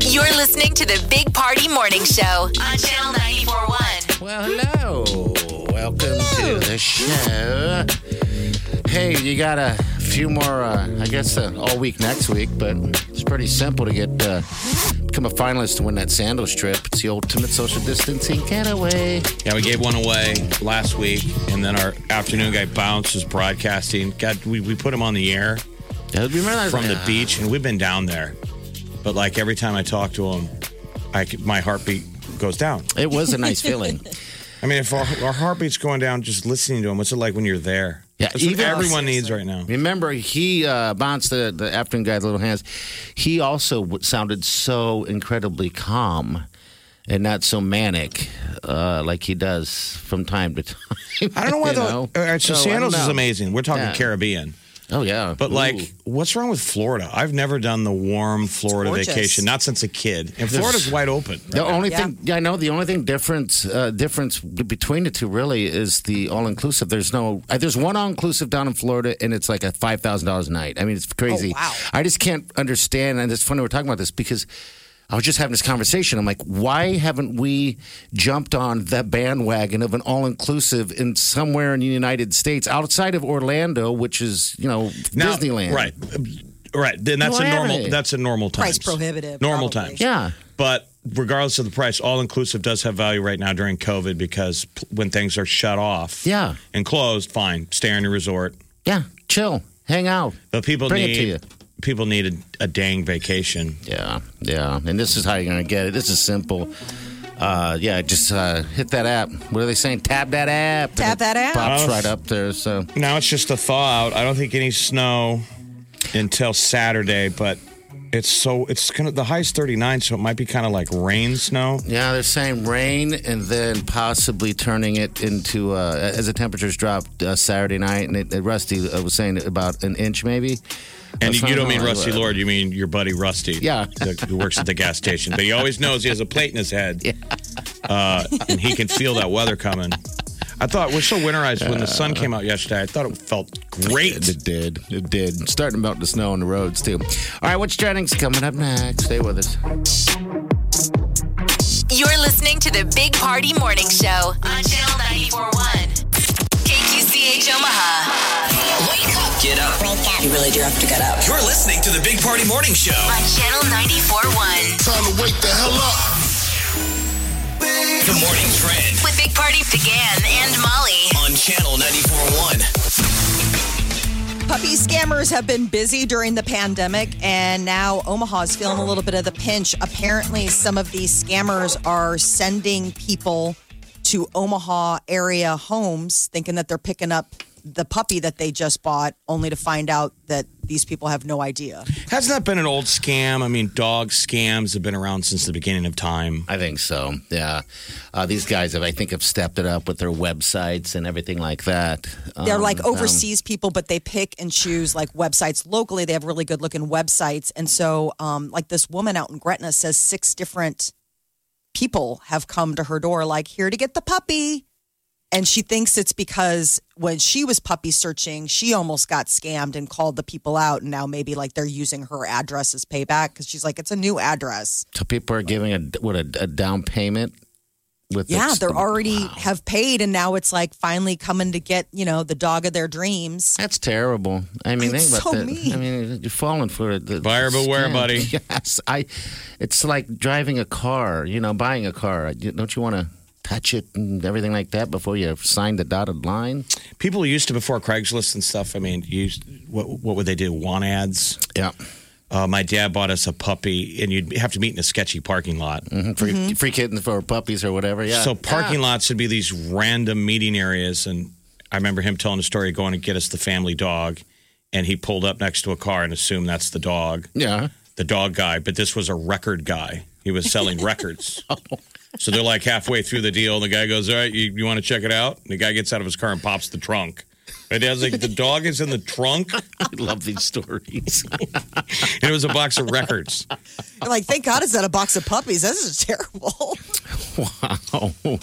You're listening to the Big Party Morning Show on Channel 941. Well, hello. Welcome to the show. Hey, you got a few more, uh, I guess, uh, all week next week, but it's pretty simple to get uh, become a finalist to win that sandals trip. It's the ultimate social distancing getaway. Yeah, we gave one away last week, and then our afternoon guy Bounce is broadcasting. God, we, we put him on the air That would be really nice. from the Yeah. beach, and we've been down there. But like every time I talk to him, I c my heartbeat goes down. It was a nice feeling. I mean, if our, our heartbeat's going down just listening to him, what's it like when you're there? Yeah, That's what even- everyone needs right now. Remember, he uh, bounced the, the afternoon guy's little hands. He also w- sounded so incredibly calm and not so manic, uh, like he does from time to time. I don't know why you the know? all right, so Oh, I don't sandals is know. amazing. We're talking Yeah. Caribbean, Oh yeah, but Ooh. like, what's wrong with Florida? I've never done the warm Florida gorgeous. vacation, not since a kid, and Florida's wide open. The only thing yeah, I know the only thing difference uh, difference between the two really is the all inclusive. There's no uh, there's one all inclusive down in Florida and it's like a five thousand dollars a night. I mean it's crazy. wow. I just can't understand. And it's funny we're talking about this because I was just having this conversation. I'm like, why haven't we jumped on the bandwagon of an all inclusive in somewhere in the United States outside of Orlando, which is you know Now- Disneyland, Right. Right. Then that's a Why haven't normal they? that's a normal time. Price prohibitive, Normal probably. times. Yeah. But regardless of the price, all inclusive does have value right now during COVID because p- when things are shut off Yeah. and closed, fine, stay on your resort. Yeah, chill, hang out. But people Bring it need to you. people need a, a dang vacation. Yeah, yeah. And this is how you're going to get it. This is simple. Uh, yeah, just uh, hit that app. What are they saying? Tap that app. Tap And it that app. Pops Oh. right up there. So Now it's just a thaw out. I don't think any snow until Saturday, but it's so it's gonna the high's thirty nine, so it might be kind of like rain snow. yeah, they're saying rain and then possibly turning it into uh, as the temperatures dropped uh, Saturday night. And it, uh, Rusty uh, was saying about an inch maybe. And you, That's not you don't mean how I Rusty live. Lord, you mean your buddy Rusty. Yeah. the- who works at the gas station. But he always knows he has a plate in his head. Uh, and he can feel that weather coming. I thought we're so winterized when the sun came out yesterday. I thought it felt great. It did. It did. Starting to melt the snow on the roads too. All right, what's trending's coming up next? Stay with us. You're listening to the Big Party Morning Show on Channel 941. KQCH Omaha. Wake up Get up. You really do have to get up. You're listening to the Big Party Morning Show. on Channel 941 Time to wake the hell up. The Morning Trend with Big Party began and Molly. on Channel 94.1. Puppy scammers have been busy during the pandemic, and now Omaha is feeling a little bit of the pinch. Apparently, some of these scammers are sending people to Omaha area homes thinking that they're picking up the puppy that they just bought, only to find out that these people have no idea. Hasn't that been an old scam? I mean, dog scams have been around since the beginning of time. I think so. Yeah, uh, these guys have, I think, have stepped it up with their websites and everything like that. They're Um, like um, overseas people, but they pick and choose like websites locally. They have really good looking websites. And so, um, like this woman out in Gretna says six different people have come to her door, like, here to get the puppy. And she thinks it's because when she was puppy searching, she almost got scammed and called the people out. And now maybe like they're using her address as payback because she's like, it's a new address. So people are giving a what a, a down payment with Yeah, ex- they're already have paid. And now it's like finally coming to get, you know, the dog of their dreams. That's terrible. I mean, It's think about so that. mean. I mean, you're falling for it. The- Buyer the beware, scam. buddy. Yes, I. It's like driving a car. You know, buying a car. You- Don't you want to touch it and everything like that before you sign the dotted line? People used to before Craigslist and stuff. I mean, used what what would they do? Want ads? Yeah, Uh, my dad bought us a puppy, and you'd have to meet in a sketchy parking lot. free, Mm-hmm. free kittens for puppies or whatever. Yeah. So parking lots would be these random meeting areas, and I remember him telling a story going to get us the family dog, and he pulled up next to a car and assumed that's the dog. Yeah. the dog guy, but this was a record guy. He was selling records. So they're like halfway through the deal, and the guy goes, All right, you, you want to check it out? And the guy gets out of his car and pops the trunk. And I was like, The dog is in the trunk? I love these stories. And it was a box of records. You're like, thank God it's not a box of puppies. This is terrible. wow. Oh, Oh.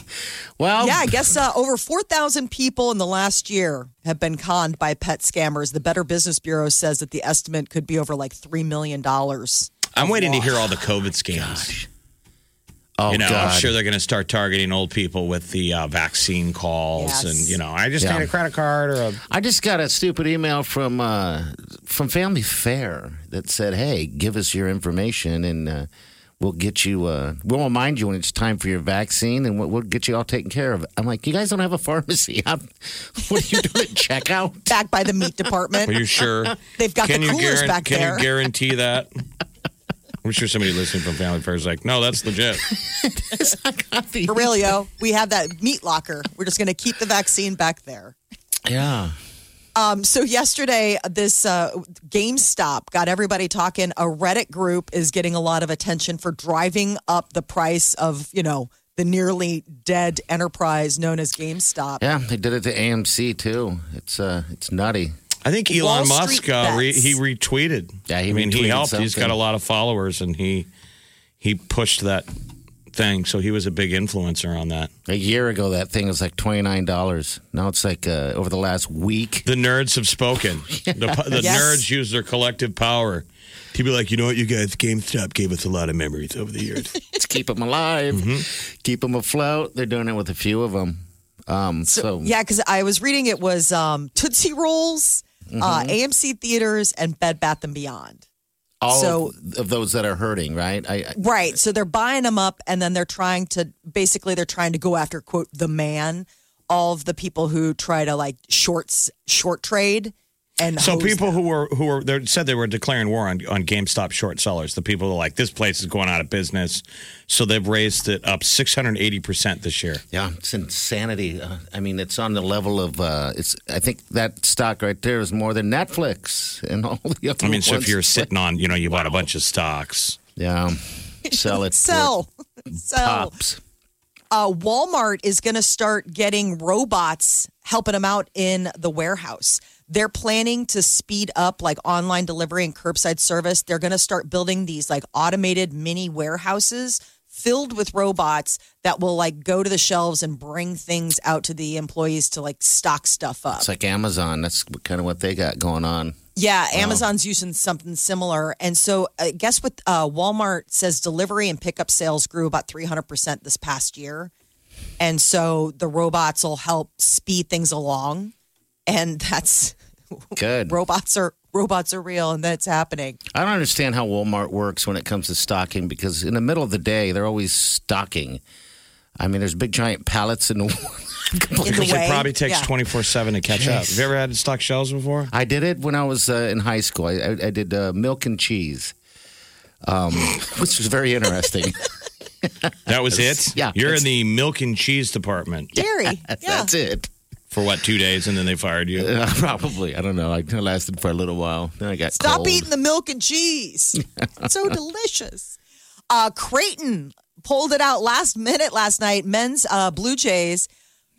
Well, yeah, I guess uh, over 4,000 people in the last year have been conned by pet scammers. The Better Business Bureau says that the estimate could be over like $3 million. I'm waiting to hear all the COVID scams. oh you know, God. I'm sure they're going to start targeting old people with the uh, vaccine calls, Yes. and you know, I just Yeah. need a credit card or a I just got a stupid email from uh, from Family Fair that said, "Hey, give us your information and uh, we'll get you. Uh, we'll remind you when it's time for your vaccine, and we'll, we'll get you all taken care of." I'm like, "You guys don't have a pharmacy? I'm, what are you doing at checkout?" Back by the meat Are department. you sure? They've got can the you coolers guaran- back can there. you guarantee that? I'm sure somebody listening from Family Fair is like, no, that's legit. Aurelio, we have that meat locker. We're just going to keep the vaccine back there. Yeah, Um, so yesterday, this uh, GameStop got everybody talking. A Reddit group is getting a lot of attention for driving up the price of, you know, the nearly dead enterprise known as GameStop. yeah, they did it to AMC too. It's uh, it's nutty. I think Elon Wall Musk Street uh, re- bets. he retweeted. Yeah, he I mean, he retweeted helped. He's something. got a lot of followers, and he he pushed that thing, so he was a big influencer on that. A year ago, that thing was like twenty nine dollars. Now it's like uh, over the last week. The nerds have spoken. The, pu- the Yes. nerds use their collective power to be like, you know what, you guys, GameStop gave us a lot of memories over the years. Let's keep them alive, Keep 'em Mm-hmm. keep them afloat. They're doing it with a few of them. Um, so, Yeah, because I was reading it was um, Tootsie Rolls, uh, Mm-hmm. AMC Theaters, and Bed Bath and Beyond. all So- of, of those that are hurting, right? I, I Right. So they're buying them up and then they're trying to basically they're trying to go after quote the man, all of the people who try to like shorts short trade and So hose people who were who were they said they were declaring war on on GameStop short sellers. The people who are like this place is going out of business, so they've raised it up six hundred eighty percent this year. yeah, it's insanity. Uh, I mean, it's on the level of uh, it's. I think that stock right there is more than Netflix and all the other. I mean, so if ones. you're sitting on, you know, you bought a bunch of stocks. yeah, sell it. for sell sell. Pops. Uh, Walmart is going to start getting robots helping them out in the warehouse. They're planning to speed up like online delivery and curbside service. They're going to start building these like automated mini warehouses filled with robots that will like go to the shelves and bring things out to the employees to like stock stuff up. It's like Amazon. That's kind of what they got going on. Yeah, Amazon's using something similar. And so, I guess what uh, Walmart says delivery and pickup sales grew about 300% this past year. And so the robots will help speed things along. And that's Good. robots are robots are real and that's happening. I don't understand how Walmart works when it comes to stocking because in the middle of the day they're always stocking. I mean, there's big giant pallets in the. In the Because it way- probably takes yeah. twenty four seven to catch up. Have you ever had stock shelves before? I did it when I was uh, in high school. I, I, I did uh, milk and cheese, um, which was very interesting. That was it. Yeah. you're in the milk and cheese department Dairy. Yeah. That's it. for what two days, and then they fired you. Uh, probably. I don't know. I kinda lasted for a little while. Then I got Stop cold. eating the milk and cheese. It's so delicious. Uh, Creighton pulled it out last minute last night. Men's uh, Blue Jays,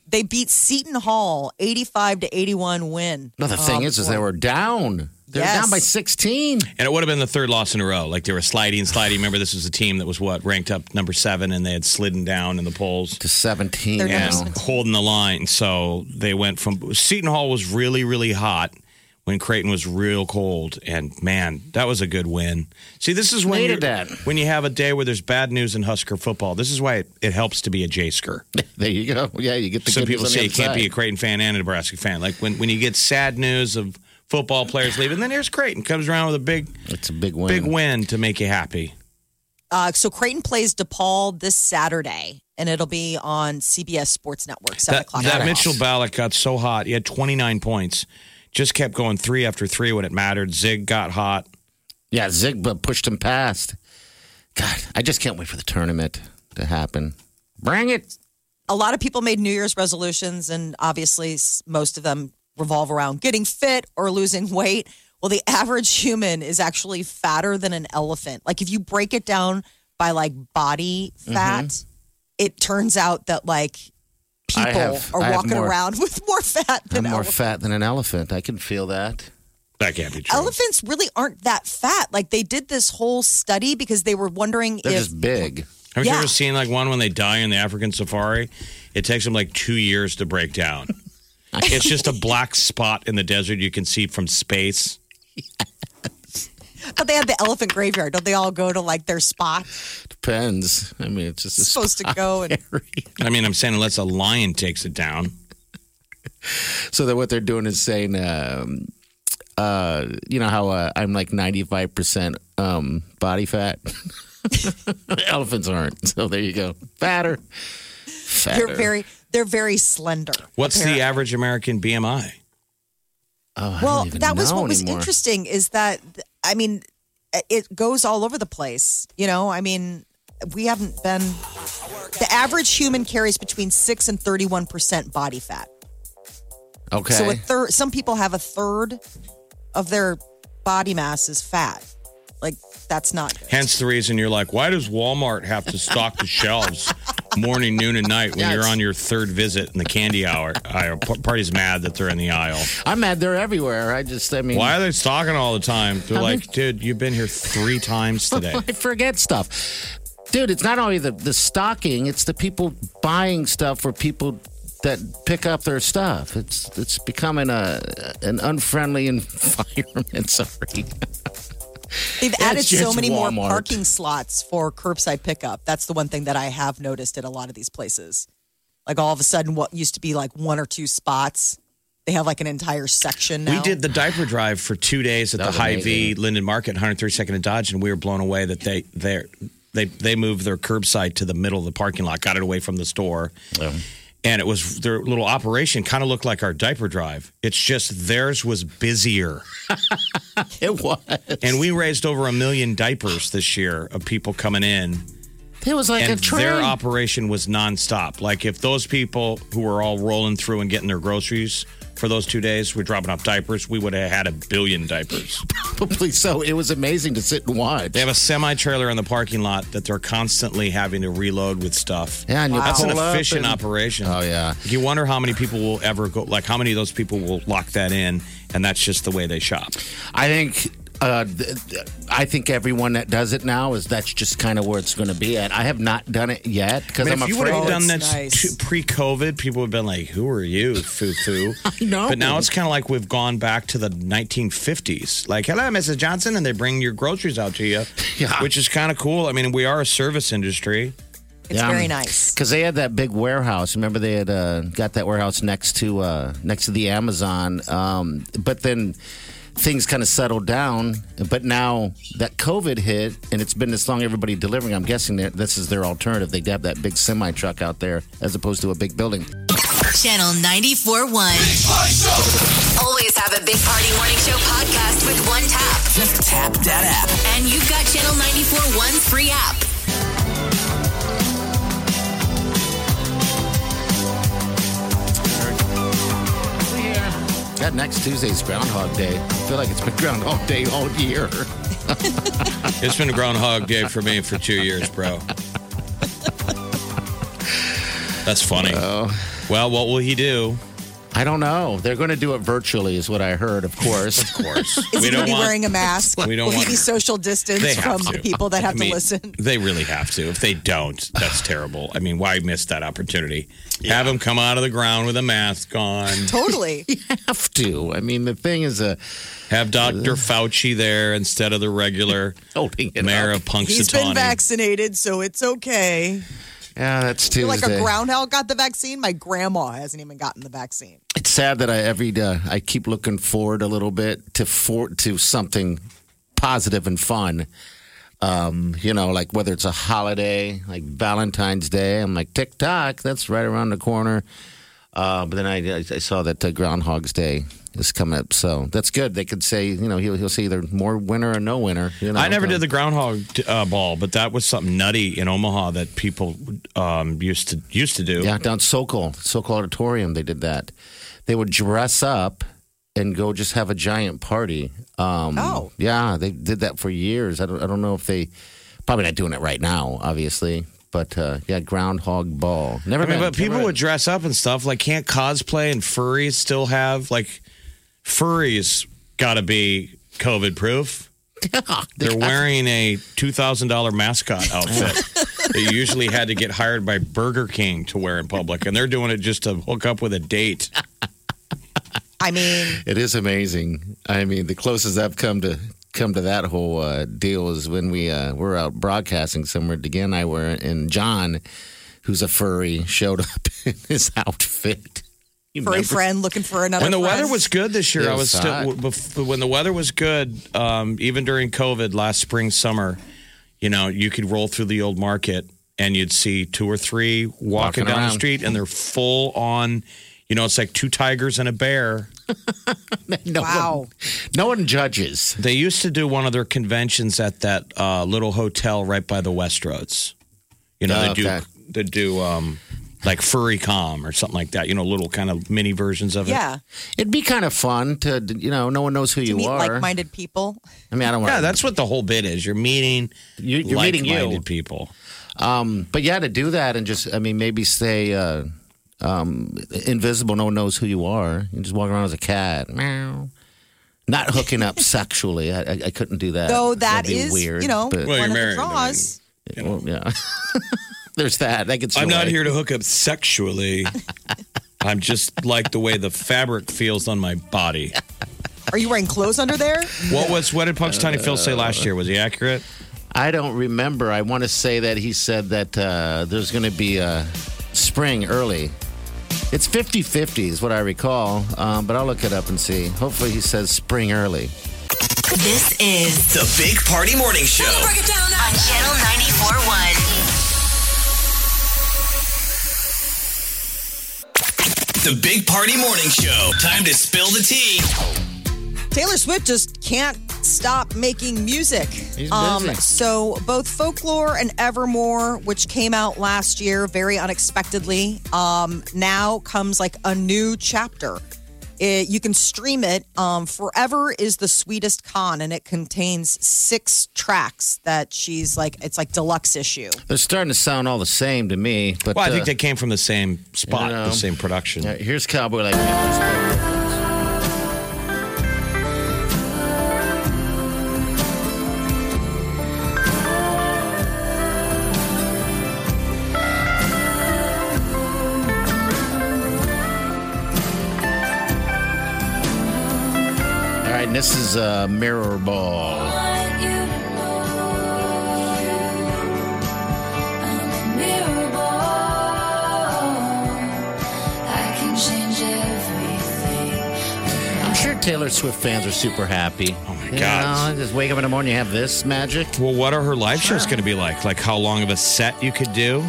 they beat Seton Hall 85 to 81 win. Um, No, the thing is, is they were down. They were Yes. down by 16. And it would have been the third loss in a row. Like they were sliding, sliding. Remember, this was a team that was what ranked up number seven, and they had slidden down in the polls. To 17 They're now. down and holding the line. So they went from Seton Hall was really, really hot when Creighton was real cold. And man, that was a good win. See, this is when you, Needed that. when you have a day where there's bad news in Husker football. This is why it, it helps to be a Jasker. There you go. Yeah, you get the Some good people news on say the you can't outside. be a Creighton fan and a Nebraska fan. Like when, when you get sad news of football players leaving, then there's Creighton comes around with a big, It's a big win. big win to make you happy. Uh, so Creighton plays DePaul this Saturday, and it'll be on CBS Sports Network, seven That, o'clock. that kickoff. Mitchell Ballack got so hot. He had 29 points. Just kept going three after three when it mattered. Zig got hot. Yeah, Zigba pushed him past. God, I just can't wait for the tournament to happen. Bring it. A lot of people made New Year's resolutions, and obviously, s- most of them revolve around getting fit or losing weight. Well, the average human is actually fatter than an elephant. Like if you break it down by like body Mm-hmm. fat, it turns out that like I people have- are I have walking more- around with more fat I'm than more elephants. fat than an elephant. I can feel that. That can't be true. Elephants really aren't that fat. Like they did this whole study because they were wondering They're if just big. Have you Yeah. ever seen like one when they die in the African safari? It takes them like two years to break down. it's just a black spot in the desert you can see from space. But they have the elephant graveyard. Don't they all go to like their spot? Depends. I mean, it's just a supposed to go and I mean, I'm saying unless a lion takes it down. so that what they're doing is saying, um, uh, you know how uh, I'm like 95 percent um, body fat. Elephants aren't. So there you go. Fatter. Fatter. they're very they're very slender. What's the average American BMI? Oh, I don't Well, even that was know what was anymore. interesting is that I mean it goes all over the place. You know, I mean we haven't been the average human carries between 6 and 31% body fat. Okay. So a third some people have a third of their body mass is fat. Like that's not good. Hence the reason you're like, why does Walmart have to stock the shelves morning, noon, and night when you're on your third visit in the candy hour? aisle? P- Party's mad that they're in the aisle. I'm mad they're everywhere. I just, I mean, Why are they stocking all the time? They're like, dude, you've been here three times today. I forget stuff. Dude, it's not only the, the stocking, it's the people buying stuff for people that pick up their stuff. It's it's becoming a an unfriendly environment. Sorry. They've added so just many more Walmart. parking slots for curbside pickup. That's the one thing that I have noticed at a lot of these places. Like all of a sudden, what used to be like one or two spots, they have like an entire section now. We did the diaper drive for two days at the was High V amazing. Linden Market, 132nd and Dodge, and we were blown away that they they they they moved their curbside to the middle of the parking lot, got it away from the store, and it was their little operation kind of looked like our diaper drive. It's just theirs was busier, It was. and we raised over a million diapers this year of people coming in, It was like and a train. their operation was nonstop. Like if those people who were all rolling through and getting their groceries. For those two days, we're dropping off diapers. We would have had a billion diapers. Probably so. It was amazing to sit and watch. They have a semi trailer in the parking lot that they're constantly having to reload with stuff. Yeah, and you That's an pull up efficient and- operation. Oh, yeah. You wonder how many people will ever go, like, how many of those people will lock that in, and that's just the way they shop. I think. Uh, th- th- I think everyone that does it now is that's just kind of where it's going to be at. I have not done it yet because I mean, I'm if you would afraid. have done That's that nice. pre COVID, people would have been like, who are you, foo foo? know. But now it's kind of like we've gone back to the 1950s. Like, hello, Mrs. Johnson, and they bring your groceries out to you, Yeah. which is kind of cool. I mean, we are a service industry. It's very nice. because they had that big warehouse. Remember, they had uh, got that warehouse next to uh, next to the Amazon. Um, but then things kind of settled down. But now that COVID hit, and it's been this long, everybody delivering. I'm guessing that this is their alternative. They have that big semi truck out there as opposed to a big building. Channel 94.1. Always have a Big Party Morning Show podcast with one tap. Just tap that app. And you've got Channel 94.1's free app. That next Tuesday's Groundhog Day. I feel like it's been Groundhog Day all year. It's been a Groundhog Day for me for two years, bro. That's funny. Well, what will he do? I don't know. They're going to do it virtually, is what I heard. Of course. Of course, Is we he going don't to be want. wearing a mask? We don't Will want- he be social distance they from have the to. people that have I mean, to listen? They really have to. If they don't, that's terrible. I mean, why miss that opportunity? Have him come out of the ground with a mask on. Totally. have to. I mean, the thing is uh, a Have Dr. Fauci there instead of the regular holding it mayor up. of Punxsutawney. He's been vaccinated, so it's okay. Yeah, that's Tuesday. You're like a groundhog got the vaccine. My grandma hasn't even gotten the vaccine. it's sad that I every uh, I keep looking forward a little bit to for to something positive and fun. Um, you know, like whether it's a holiday, like Valentine's Day, I'm like TikTok, that's right around the corner. Uh, but then I, I saw that uh, Groundhog's Day is coming up, so that's good. They could say, you know, he'll he'll see either more winner or no winner. You know, I never So- did the groundhog uh, ball, but that was something nutty in Omaha that people um, used to used to do. Yeah, down Sokol, Sokol Auditorium, they did that. They would dress up and go just have a giant party. Um, Oh. yeah, they did that for years. I don't, I don't know if they probably not doing it right now, obviously. But uh, yeah, Groundhog Ball. Never I mean, been. but people Never would dress up and stuff. Like, can't cosplay and furries still have like furries? Got to be COVID proof. They're wearing a two thousand dollar mascot outfit. they usually had to get hired by Burger King to wear in public, and they're doing it just to hook up with a date. I mean, It is amazing. I mean, the closest I've come to come to that whole uh, deal is when we uh, were out broadcasting somewhere. Again, and I were and John, who's a furry, showed up in his outfit. You furry remember? friend looking for another. when the friend. weather was good this year, It I was was hot. still bef- when the weather was good, um, even during COVID last spring summer, you know, you could roll through the old market and you'd see two or three walking, Walking down the around. street, and they're full on. You know, it's like two tigers and a bear. No Wow. One, no one judges. They used to do one of their conventions at that uh, little hotel right by the Westroads. You know, they do Okay. they do um, like furry com or something like that. You know, little kind of mini versions of it. yeah, It'd be kind of fun to, you know, no one knows who to you meet are. like-minded people. I mean, I don't want. Yeah, that's what the whole bit is. You're meeting You- you're meeting you. like-minded people. But yeah, to do that and just, I mean, maybe stay uh, um, invisible. No one knows who you are. You just walk around as a cat. Meow. Not hooking up sexually. I, I, I couldn't do that. Though that That'd be is, weird. you know, but- Well, one of the you're married, I mean. draws. well, yeah. There's that. That gets. you I'm not away. here to hook up sexually. I'm just like the way the fabric feels on my body. Are you wearing clothes under there? What was what did Punks Tiny Uh, Phil say last year? Was he accurate? I don't remember. I want to say that he said that uh, there's going to be uh, spring early. It's 50 50 is what I recall, um, but I'll look it up and see. Hopefully, he says spring early. This is The Big Party Morning Show. on Channel 94.1. The Big Party Morning Show. Time to spill the tea. Taylor Swift just can't stop making music. Um, He's busy. so both Folklore and Evermore, which came out last year very unexpectedly, um, now comes like a new chapter. It, you can stream it. Um, Forever is the sweetest con, and it contains six tracks that she's like. It's like deluxe issue. They're starting to sound all the same to me. But Well, I uh, think they came from the same spot, you know. the same production. All right, Uh, here's Cowboy Like Me. All right, and this is uh, Mirror Ball. I'm sure Taylor Swift fans are super happy. Oh my you God. know, just wake up in the morning, you have this magic. Well, what are her live shows going to be like? Like how long of a set you could do?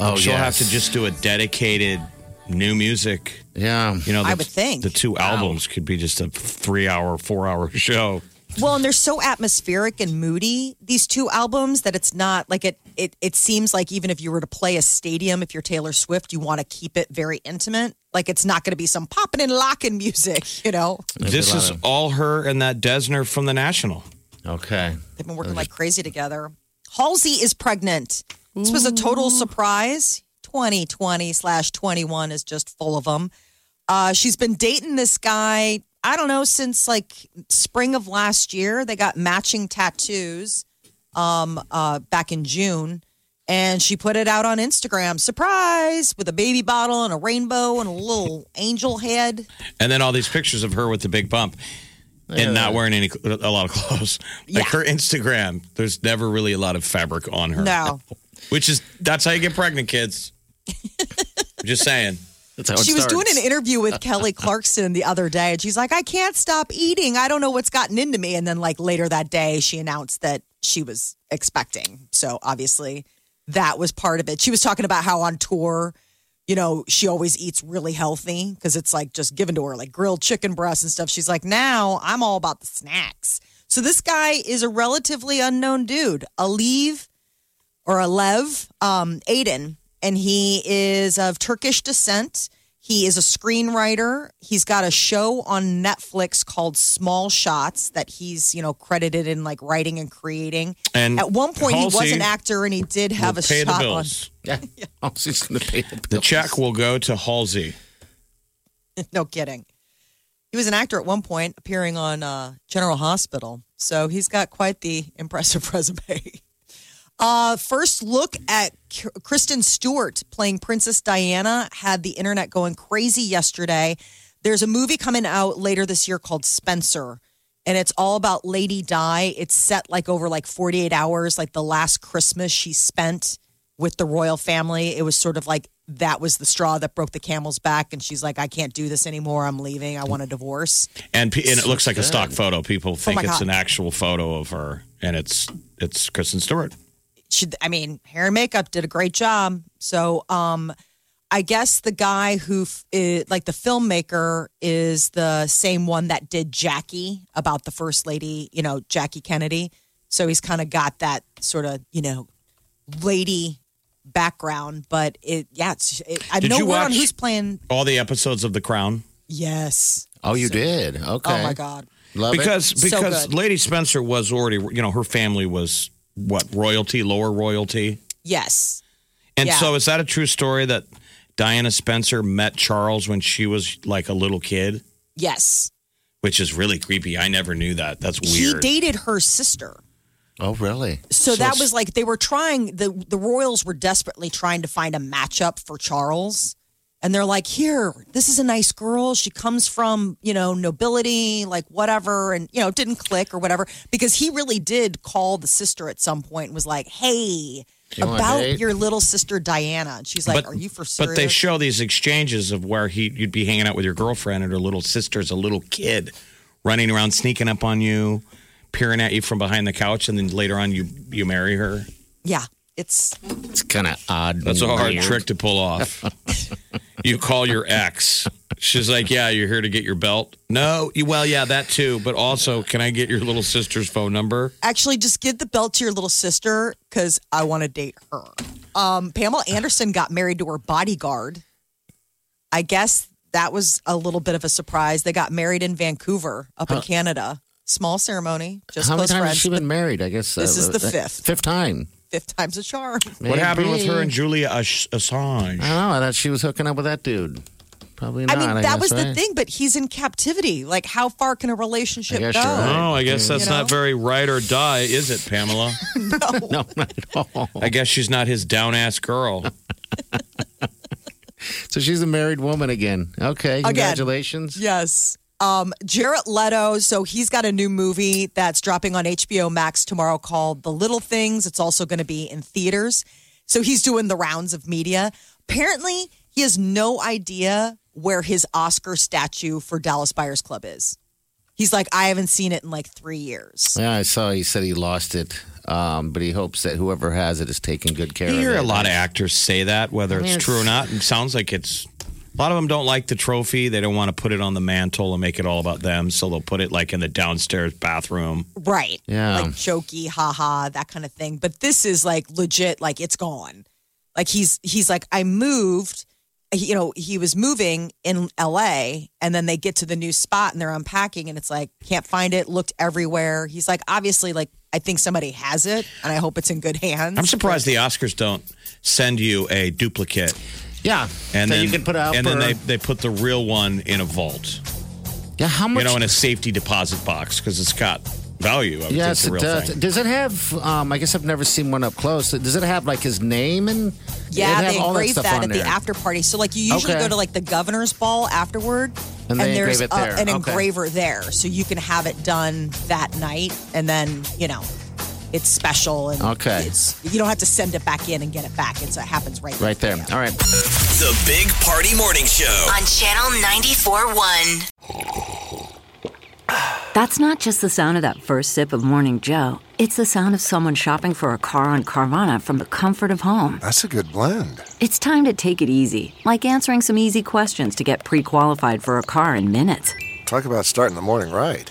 Oh, She'll have yes. to just do a dedicated new music. yeah. You know, the, I would think. the two albums could be just a three-hour, four-hour show. Well, and they're so atmospheric and moody these two albums that it's not like it. It it seems like even if you were to play a stadium, if you're Taylor Swift, you want to keep it very intimate. Like it's not going to be some popping and locking music. You know, this is all her and that Desner from the National. Okay. they've been working like crazy together. Halsey is pregnant. This was a total surprise. 2020 slash 21 is just full of them. Uh, she's been dating this guy, I don't know, since like spring of last year. They got matching tattoos um, uh, back in June. And she put it out on Instagram, surprise, with a baby bottle and a rainbow and a little angel head. And then all these pictures of her with the big bump and not wearing any a lot of clothes. Like her Instagram, there's never really a lot of fabric on her. No. Which is that's how you get pregnant, kids. I'm just saying. That's how it she was doing starts. an interview with Kelly Clarkson the other day, and she's like, "I can't stop eating. I don't know what's gotten into me." And then, like later that day, she announced that she was expecting. So obviously, that was part of it. She was talking about how on tour, you know, she always eats really healthy because it's like just given to her, like grilled chicken breasts and stuff. She's like, "Now I'm all about the snacks." So this guy is a relatively unknown dude, Aliv or Alev um, Aiden, and he is of Turkish descent. He is a screenwriter. He's got a show on Netflix called Small Shots that he's, you know, credited in like writing and creating. And at one point, he was Halsey an actor and he did have a We'll pay the shot on. bills. Yeah. Oh, she's going to pay the The bills. check will go to Halsey. no kidding. He was an actor at one point, appearing on uh, General Hospital. So he's got quite the impressive resume. Uh, first look at K- Kristen Stewart playing Princess Diana had the internet going crazy yesterday. There's a movie coming out later this year called Spencer, and it's all about Lady Di. It's set like over like 48 hours, like the last Christmas she spent with the royal family. It was sort of like that was the straw that broke the camel's back, and she's like, I can't do this anymore. I'm leaving. I want a divorce. And, pe- and it looks like a stock photo. People think Oh my it's God. an actual photo of her, and it's it's Kristen Stewart. she, I mean, hair and makeup did a great job. So, um, I guess the guy who, f- i- like the filmmaker, is the same one that did Jackie about the first lady, you know, Jackie Kennedy. So he's kind of got that sort of, you know, lady background. But it, yeah, it's, it, I Did know you word on watch- who's playing. All the episodes of The Crown. Yes. Oh, you did? Okay. Oh my God. Love it. because So because good. Lady Spencer was already you know her family was what royalty lower royalty Yes. and Yeah. so is that a true story that Diana Spencer met Charles when she was like a little kid Yes. which is really creepy I never knew that that's He weird dated her sister. Oh, really? so, that it's- was like they were trying the the royals were desperately trying to find a matchup for charles and they're like here this is a nice girl she comes from you know nobility like whatever and you know it didn't click or whatever because he really did call the sister at some point and was like hey wanna about date?" your little sister diana and she's like are you for serious but they show these exchanges of where he you'd be hanging out with your girlfriend and her little sister's a little kid running around sneaking up on you peering at you from behind the couch and then later on you you marry her yeah it's It's kind of odd. That's a hard Yeah. trick to pull off. you call your ex. She's like, "Yeah, you're here to get your belt." No, you- well, yeah, that too, but also, can I get your little sister's phone number? actually just give the belt to your little sister because i want to date her um, pamela anderson got married to her bodyguard i guess that was a little bit of a surprise they got married in vancouver up in canada small ceremony just How many close times has friends she been married? I guess This is the uh, fifth. Fifth time. fifth time's a charm What happened with Maybe. her and Julia Ass- I don't Assange? know. I thought she was hooking up with that dude. Probably i not. mean that guess, was the right? thing but he's in captivity like how far can a relationship go I guess you're right. Oh, I guess that's You know? not very right or die, is it, Pamela? No, not at all. I guess she's not his down ass girl. So she's a married woman again. Okay. Congratulations. Yes. Um, Jared Leto, so he's got a new movie that's dropping on HBO Max tomorrow called The Little Things. It's also going to be in theaters. So he's doing the rounds of media. Apparently, he has no idea where his Oscar statue for Dallas Buyers Club is. He's like, I haven't seen it in like three years. Yeah, I saw he said he lost it, um, but he hopes that whoever has it is taking good care You of it. hear a lot of actors say that, whether it's mean, true or not. It sounds like it's a lot of them don't like the trophy. They don't want to put it on the mantle and make it all about them, so they'll put it like in the downstairs bathroom. Right. Yeah. Like jokey, haha, that kind of thing. But this is like legit, like it's gone. Like he's he's like, I moved. You know, he was moving in LA and then they get to the new spot and they're unpacking and it's like, can't find it, looked everywhere. He's like, obviously, like I think somebody has it and I hope it's in good hands. I'm surprised the Oscars don't send you a duplicate, Yeah. and so then you can put out. and then for- they, they put the real one in a vault, yeah. How much? you know, in a safety deposit box because it's got value. I would yes, it think it's a real does. thing. Does it have? Um, I guess I've never seen one up close. Does it have like his name and? Yeah, It'd have they all engraved that, that, stuff on at there. the after party. So like you usually Okay. go to like the governor's ball afterward, And they there's engrave it there. an Okay. engraver there, so you can have it done that night, and then you know it's special and Okay. it's you don't have to send it back in and get it back. It's, it happens right Right there. Yeah. All right. The Big Party Morning Show. On Channel 94.1. That's not just the sound of that first sip of Morning Joe. It's the sound of someone shopping for a car on Carvana from the comfort of home. That's a good blend. It's time to take it easy, like answering some easy questions to get pre qualified for a car in minutes. Talk about starting the morning right.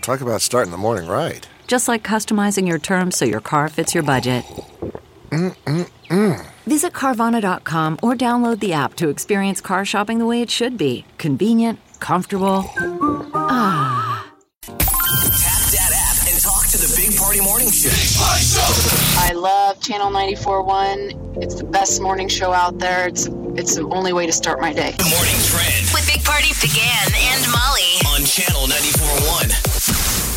Talk about starting the morning right. Just like customizing your terms so your car fits your budget. Visit Carvana.com or download the app to experience car shopping the way it should be convenient, comfortable. Tap that app and talk to the Big Party Morning Show. I love Channel 94.1. It's the best morning show out there. It's it's the only way to start my day. The morning trend With Big Party began and Molly. on Channel 94.1.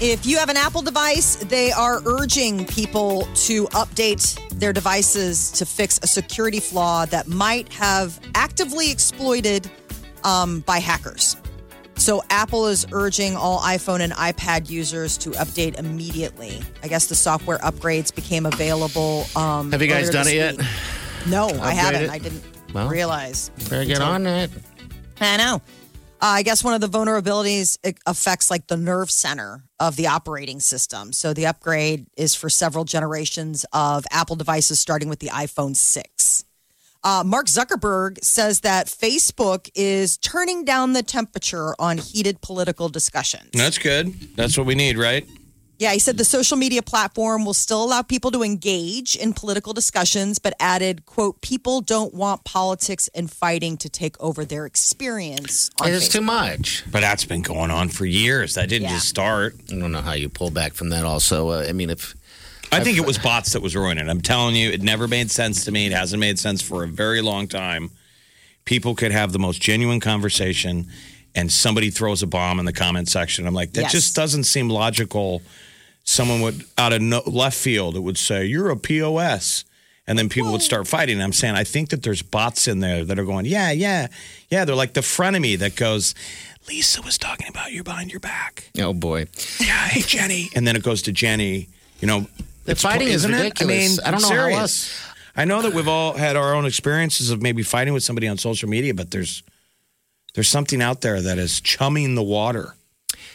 If you have an Apple device, they are urging people to update their devices to fix a security flaw that might have actively exploited um, by hackers. So, Apple is urging all iPhone and iPad users to update immediately. I guess the software upgrades became available. Um, Have you guys earlier done this it yet? week. No, I Upgrade haven't. it? I didn't Well. realize. Better get on it. I know. Uh, I guess one of the vulnerabilities it affects like the nerve center of the operating system. So the upgrade is for several generations of Apple devices, starting with the iPhone 6. Uh, Mark Zuckerberg says that Facebook is turning down the temperature on heated political discussions. That's good. That's what we need, right? Yeah, he said the social media platform will still allow people to engage in political discussions, but added, quote, people don't want politics and fighting to take over their experience on It's Facebook." too much. But that's been going on for years. That didn't just start. I don't know how you pull back from that. Also, uh, I mean, if I think it was bots that was ruining it. I'm telling you, it never made sense to me. It hasn't made sense for a very long time. People could have the most genuine conversation and somebody throws a bomb in the comment section. I'm like, that Yes. just doesn't seem logical. Someone would, out of no, left field, it would say, You're a POS. And then people would start fighting. I'm saying, I think that there's bots in there that are going, Yeah, yeah, yeah. They're like the frenemy that goes, Lisa was talking about you behind your back. oh boy, Yeah, hey, Jenny. And then it goes to Jenny, you know, the fighting is isn't it? ridiculous. I mean, I, don't know serious. how else. I know that we've all had our own experiences of maybe fighting with somebody on social media, but there's there's something out there that is chumming the water.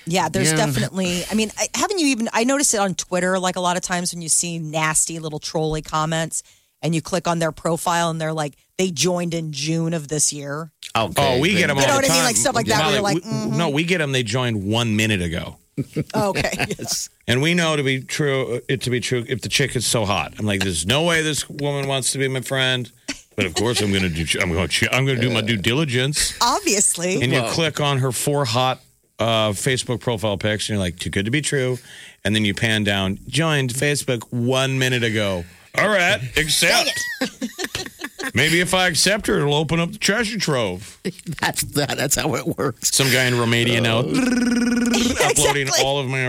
Yeah, there's Yeah. definitely. I mean, I, haven't you even? I notice it on Twitter. Like a lot of times when you see nasty little trolly comments, and you click on their profile, and they're like, they joined in June of this year. Okay, oh, we get them all You know the what I time. mean? Like stuff like that where you're Molly, like, mm-hmm. we- no, we get them. They joined one minute ago, Okay, yes. and we know to be true. It to be true if the chick is so hot. I'm like, there's no way this woman wants to be my friend. But of course, I'm gonna do. I'm gonna. I'm gonna do my due diligence. obviously. and you click on her four hot uh, Facebook profile pics, and you're like, too good to be true. And then you pan down, joined Facebook one minute ago. All right, accept. Maybe if I accept her, it'll open up the treasure trove. That's that. That's how it works. Some guy in Romania now uploading all of my Well,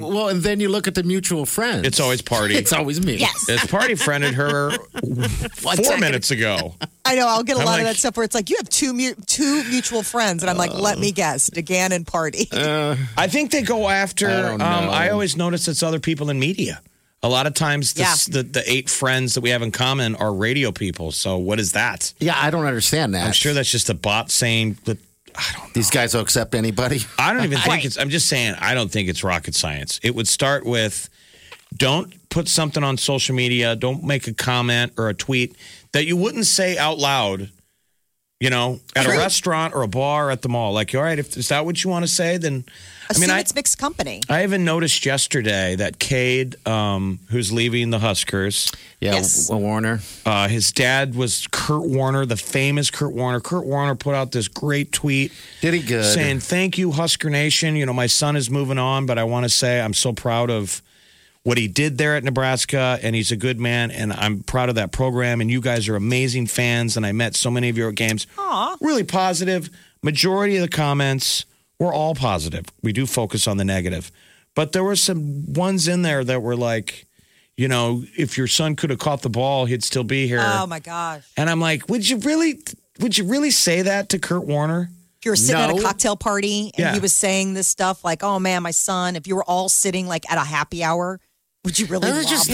well, and then you look at the mutual friends. It's always party. It's always me. Yes, This party friended her four second. minutes ago. I know. I'll get a I'm lot of like- that stuff where it's like you have two mu- two mutual friends, and I'm like, let me guess, DeGan and Party. Uh, I think they go after. I, I um, don't know. I always notice it's other people in media. A lot of times, this, Yeah. the, the eight friends that we have in common are radio people. So what is that? Yeah, I don't understand that. I'm sure that's just a bot saying. That, these guys will accept anybody. I don't even think it's. I'm just saying. I don't think it's rocket science. It would start with, don't put something on social media. Don't make a comment or a tweet that you wouldn't say out loud. You know, at a restaurant or a bar or at the mall. Like, all right, if is that what you want to say, then. Assume I mean, I, it's mixed company. I even noticed yesterday that Cade, um, who's leaving the Huskers, Yeah, Yes. W- Warner. uh, his dad was Kurt Warner, the famous Kurt Warner. Kurt Warner put out this great tweet Did he good? saying, Thank you, Husker Nation. You know, my son is moving on, but I want to say I'm so proud of what he did there at Nebraska, and he's a good man, and I'm proud of that program. And you guys are amazing fans, and I met so many of your games. Really positive. Majority of the comments were all positive. We do focus on the negative, but there were some ones in there that were like, you know, if your son could have caught the ball, he'd still be here. Oh my gosh! and I'm like, would you really? Would you really say that to Kurt Warner? If you were sitting at a No. cocktail party and Yeah. he was saying this stuff like, "Oh man, my son," if you were all sitting like at a happy hour Would you really? Those lob are just that?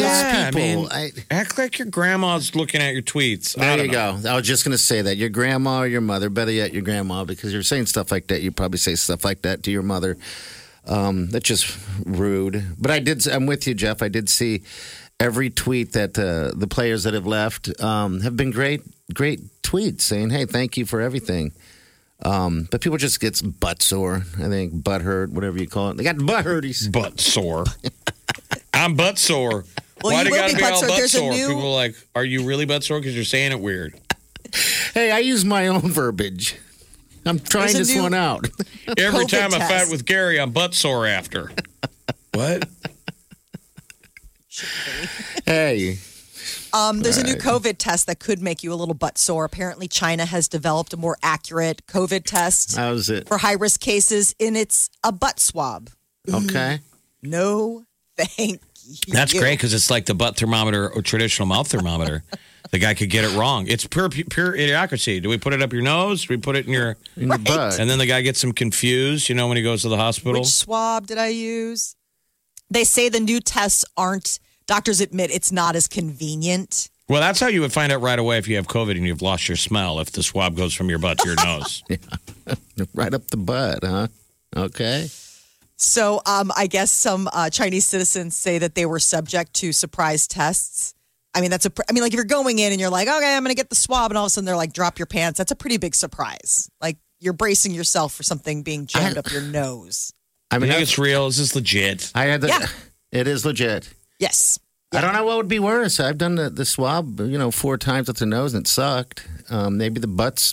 those Yeah, I people. mean, I- act like your grandma's looking at your tweets. I There don't you know. go. I was just going to say that your grandma or your mother, better yet, your grandma, because you're saying stuff like that. You probably say stuff like that to your mother. Um, that's just rude. But I did. I'm with you, Jeff. I did see every tweet that uh, the players that have left um, have been great, great tweets saying, "Hey, thank you for everything." Um, but people just gets butt sore. I think butt hurt, whatever you call it. They got butt hurties. Butt sore. I'm butt sore. Well, Why you do will gotta be be butt all sore. butt There's a sore? new- People are like, are you really butt sore? Because you're saying it weird. Hey, I use my own verbiage. I'm trying There's a this new- one out. Every COVID time I fight test. with Gary, I'm butt sore after. what? hey. Um, there's a new COVID test that could make you a little butt sore. Apparently, China has developed a more accurate COVID test That was it. for high risk cases, and it's a butt swab. Okay. No, thank you. That's great because it's like the butt thermometer or traditional mouth thermometer. the guy could get it wrong. It's pure, pure idiocracy. Do we put it up your nose? Do we put it in your? In your butt. And then the guy gets him confused. You know when he goes to the hospital. Which swab did I use? They say the new tests aren't. Doctors admit it's not as convenient. Well, that's how you would find out right away if you have COVID and you've lost your smell. If the swab goes from your butt to your nose, Right up the butt, huh? Okay. So um, I guess some uh, Chinese citizens say that they were subject to surprise tests. I mean, that's a. Pr- I mean, like if you're going in and you're like, okay, I'm going to get the swab, and all of a sudden they're like, drop your pants. That's a pretty big surprise. Like you're bracing yourself for something being jammed up your nose. I I mean, think that's- it's real. Is this legit? I had the. Yeah. It is legit. Yes. I don't know what would be worse. I've done the, the swab, you know, four times with the nose and it sucked. Um, maybe the butt's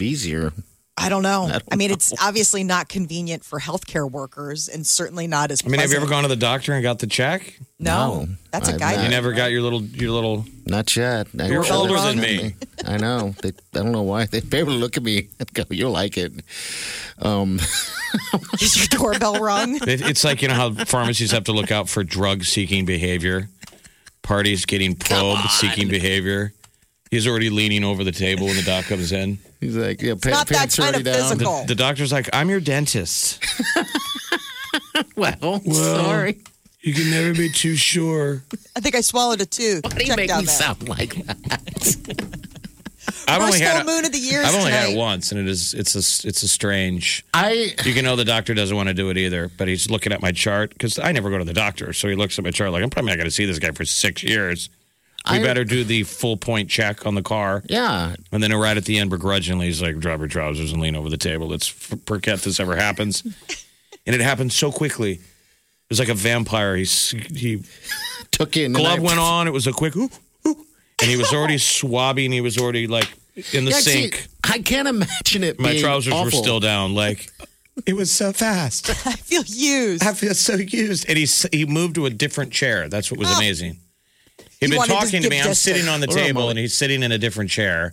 easier. I don't know. I, mean, it's obviously not convenient for healthcare workers, and certainly not as. I mean, have you ever pleasant. gone to the doctor and got the check? No, No, that's a I've guy. not. You never got your little your little. Not yet. I You're wish I older would've than done me. it. I know. They, I don't know why. They be able to look at me and go, you'll like it. Um, Is your doorbell rung? It, it's like you know how pharmacies have to look out for drug seeking behavior, parties getting probed seeking behavior. He's already leaning over the table when the doc comes in. he's like, yeah, pa- not that pants kind already of down. physical. The, the doctor's like, "I'm your dentist. Well, sorry. You can never be too sure." I think I swallowed a tooth. Why do you Check make down me there. sound like that? I've Worst only had full moon of the year I've is only had tonight. it once, and it is it's a it's a strange. I, You can know the doctor doesn't want to do it either, but he's looking at my chart because I never go to the doctor, so he looks at my chart like I'm probably not going to see this guy for six years. We I- better do the full point check on the car, yeah, and then right at the end, begrudgingly, he's like, "Drop your trousers and lean over the table." It's forget this ever happens, and it happened so quickly. It was like a vampire. He s- he took in. and glove I- went on. It was a quick ooh, ooh, and he was already swabbing. He was already like in the Yeah, see, sink. I can't imagine it. My being trousers were awful. still down. Like it was so fast. I feel used. I feel so used. And he s- he moved to a different chair. That's what was amazing. He'd He been wanted to talking to give me. I'm distance. sitting on the Hold on a table, moment. and he's sitting in a different chair.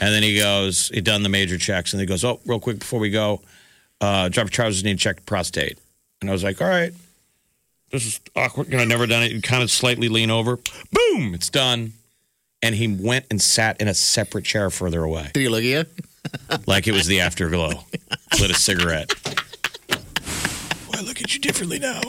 And then he goes, he done the major checks, and he goes, oh, real quick before we go, uh, drop your trousers, need to check prostate. And I was like, all right, this is awkward. You know, I've never done it. You kind of slightly lean over, boom, it's done. And he went and sat in a separate chair further away, Did he look at you? like it was the afterglow. Lit a cigarette. Well, I look at you differently now.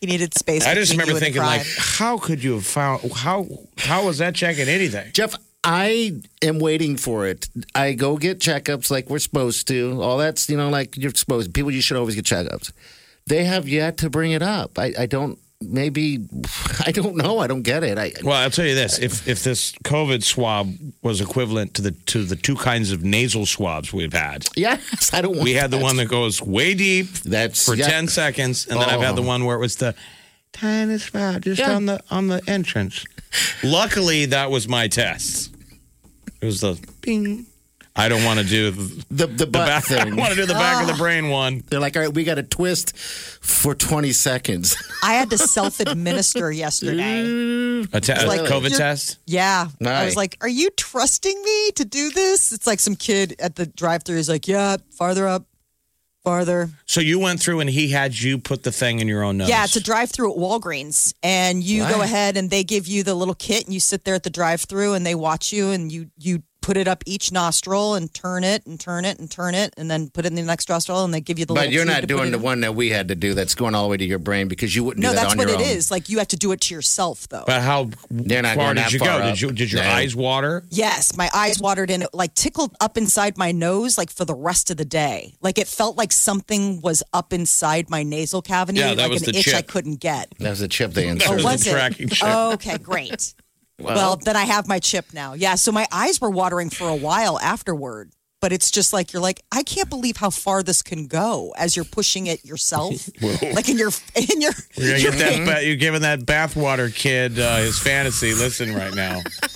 He needed space. I just between remember you and thinking, pride. like, how could you have found how how was that checking anything? Jeff, I am waiting for it. I go get checkups like we're supposed to. All that's, you know, like you're supposed People, you should always get checkups. They have yet to bring it up. I, I don't, maybe, I don't know. I don't get it. I, Well, I'll tell you this: if if this COVID swab was equivalent to the to the two kinds of nasal swabs we've had, yes, I don't want we had the one that goes way deep That's- for yeah. ten seconds, and then I've had the one where it was the tiny spot just Yeah. on the on the entrance. Luckily, that was my test. It was the bing. I don't want to do the, the, the the butt back. I thing. want to do the back of the brain one. They're like, all right, we got to twist for 20 seconds. I had to self-administer Mm. yesterday. A te- a Like, COVID you're- test. Yeah, I Right. was like, "Are you trusting me to do this?" It's like some kid at the drive-through is like, "Yeah, farther up, farther." So you went through and he had you put the thing in your own nose. Yeah, it's a drive-through at Walgreens, and you go ahead and they give you the little kit, and you sit there at the drive-through, and they watch you, and you you put it up each nostril and turn it and turn it and turn it and then put it in the next nostril and they give you the. But little you're tube not to put doing it the in. one that we had to do that's going all the way to your brain because you wouldn't No, do that that's on what your it own. is. Like you have to do it to yourself though. But how They're not far going did that you go? far up. Did you did your No. eyes water? Yes, my eyes watered and it like tickled up inside my nose like for the rest of the day. Like it felt like something was up inside my nasal cavity, Yeah, that like was an the itch I chip. couldn't get. That was the chip they Oh, inserted. was was the it? Oh, tracking chip. Okay, great. well, then I have my chip now. Yeah, so my eyes were watering for a while afterward, but it's just like you're like, I can't believe how far this can go as you're pushing it yourself, like in your in your. You're, gonna get that ba- you're giving that bathwater kid uh, his fantasy. Listen right now.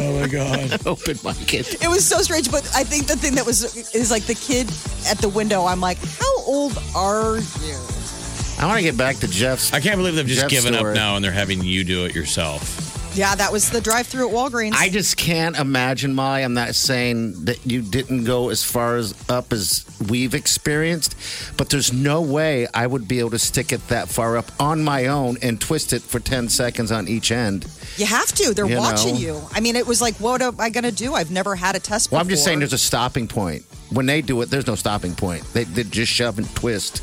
oh my god! Open my kid. It was so strange, but I think the thing that was is like the kid at the window. I'm like, how old are you? I want to get back to Jeff's. I can't believe they've just Jeff given Stewart. up now and they're having you do it yourself. Yeah, that was the drive-through at Walgreens. I just can't imagine, Molly. I'm not saying that you didn't go as far as up as we've experienced, but there's no way I would be able to stick it that far up on my own and twist it for 10 seconds on each end. you have to. They're You watching know. you. I mean, it was like, what am I gonna do? I've never had a test. Well, before. I'm just saying there's a stopping point. When they do it, there's no stopping point. They, they just shove and twist.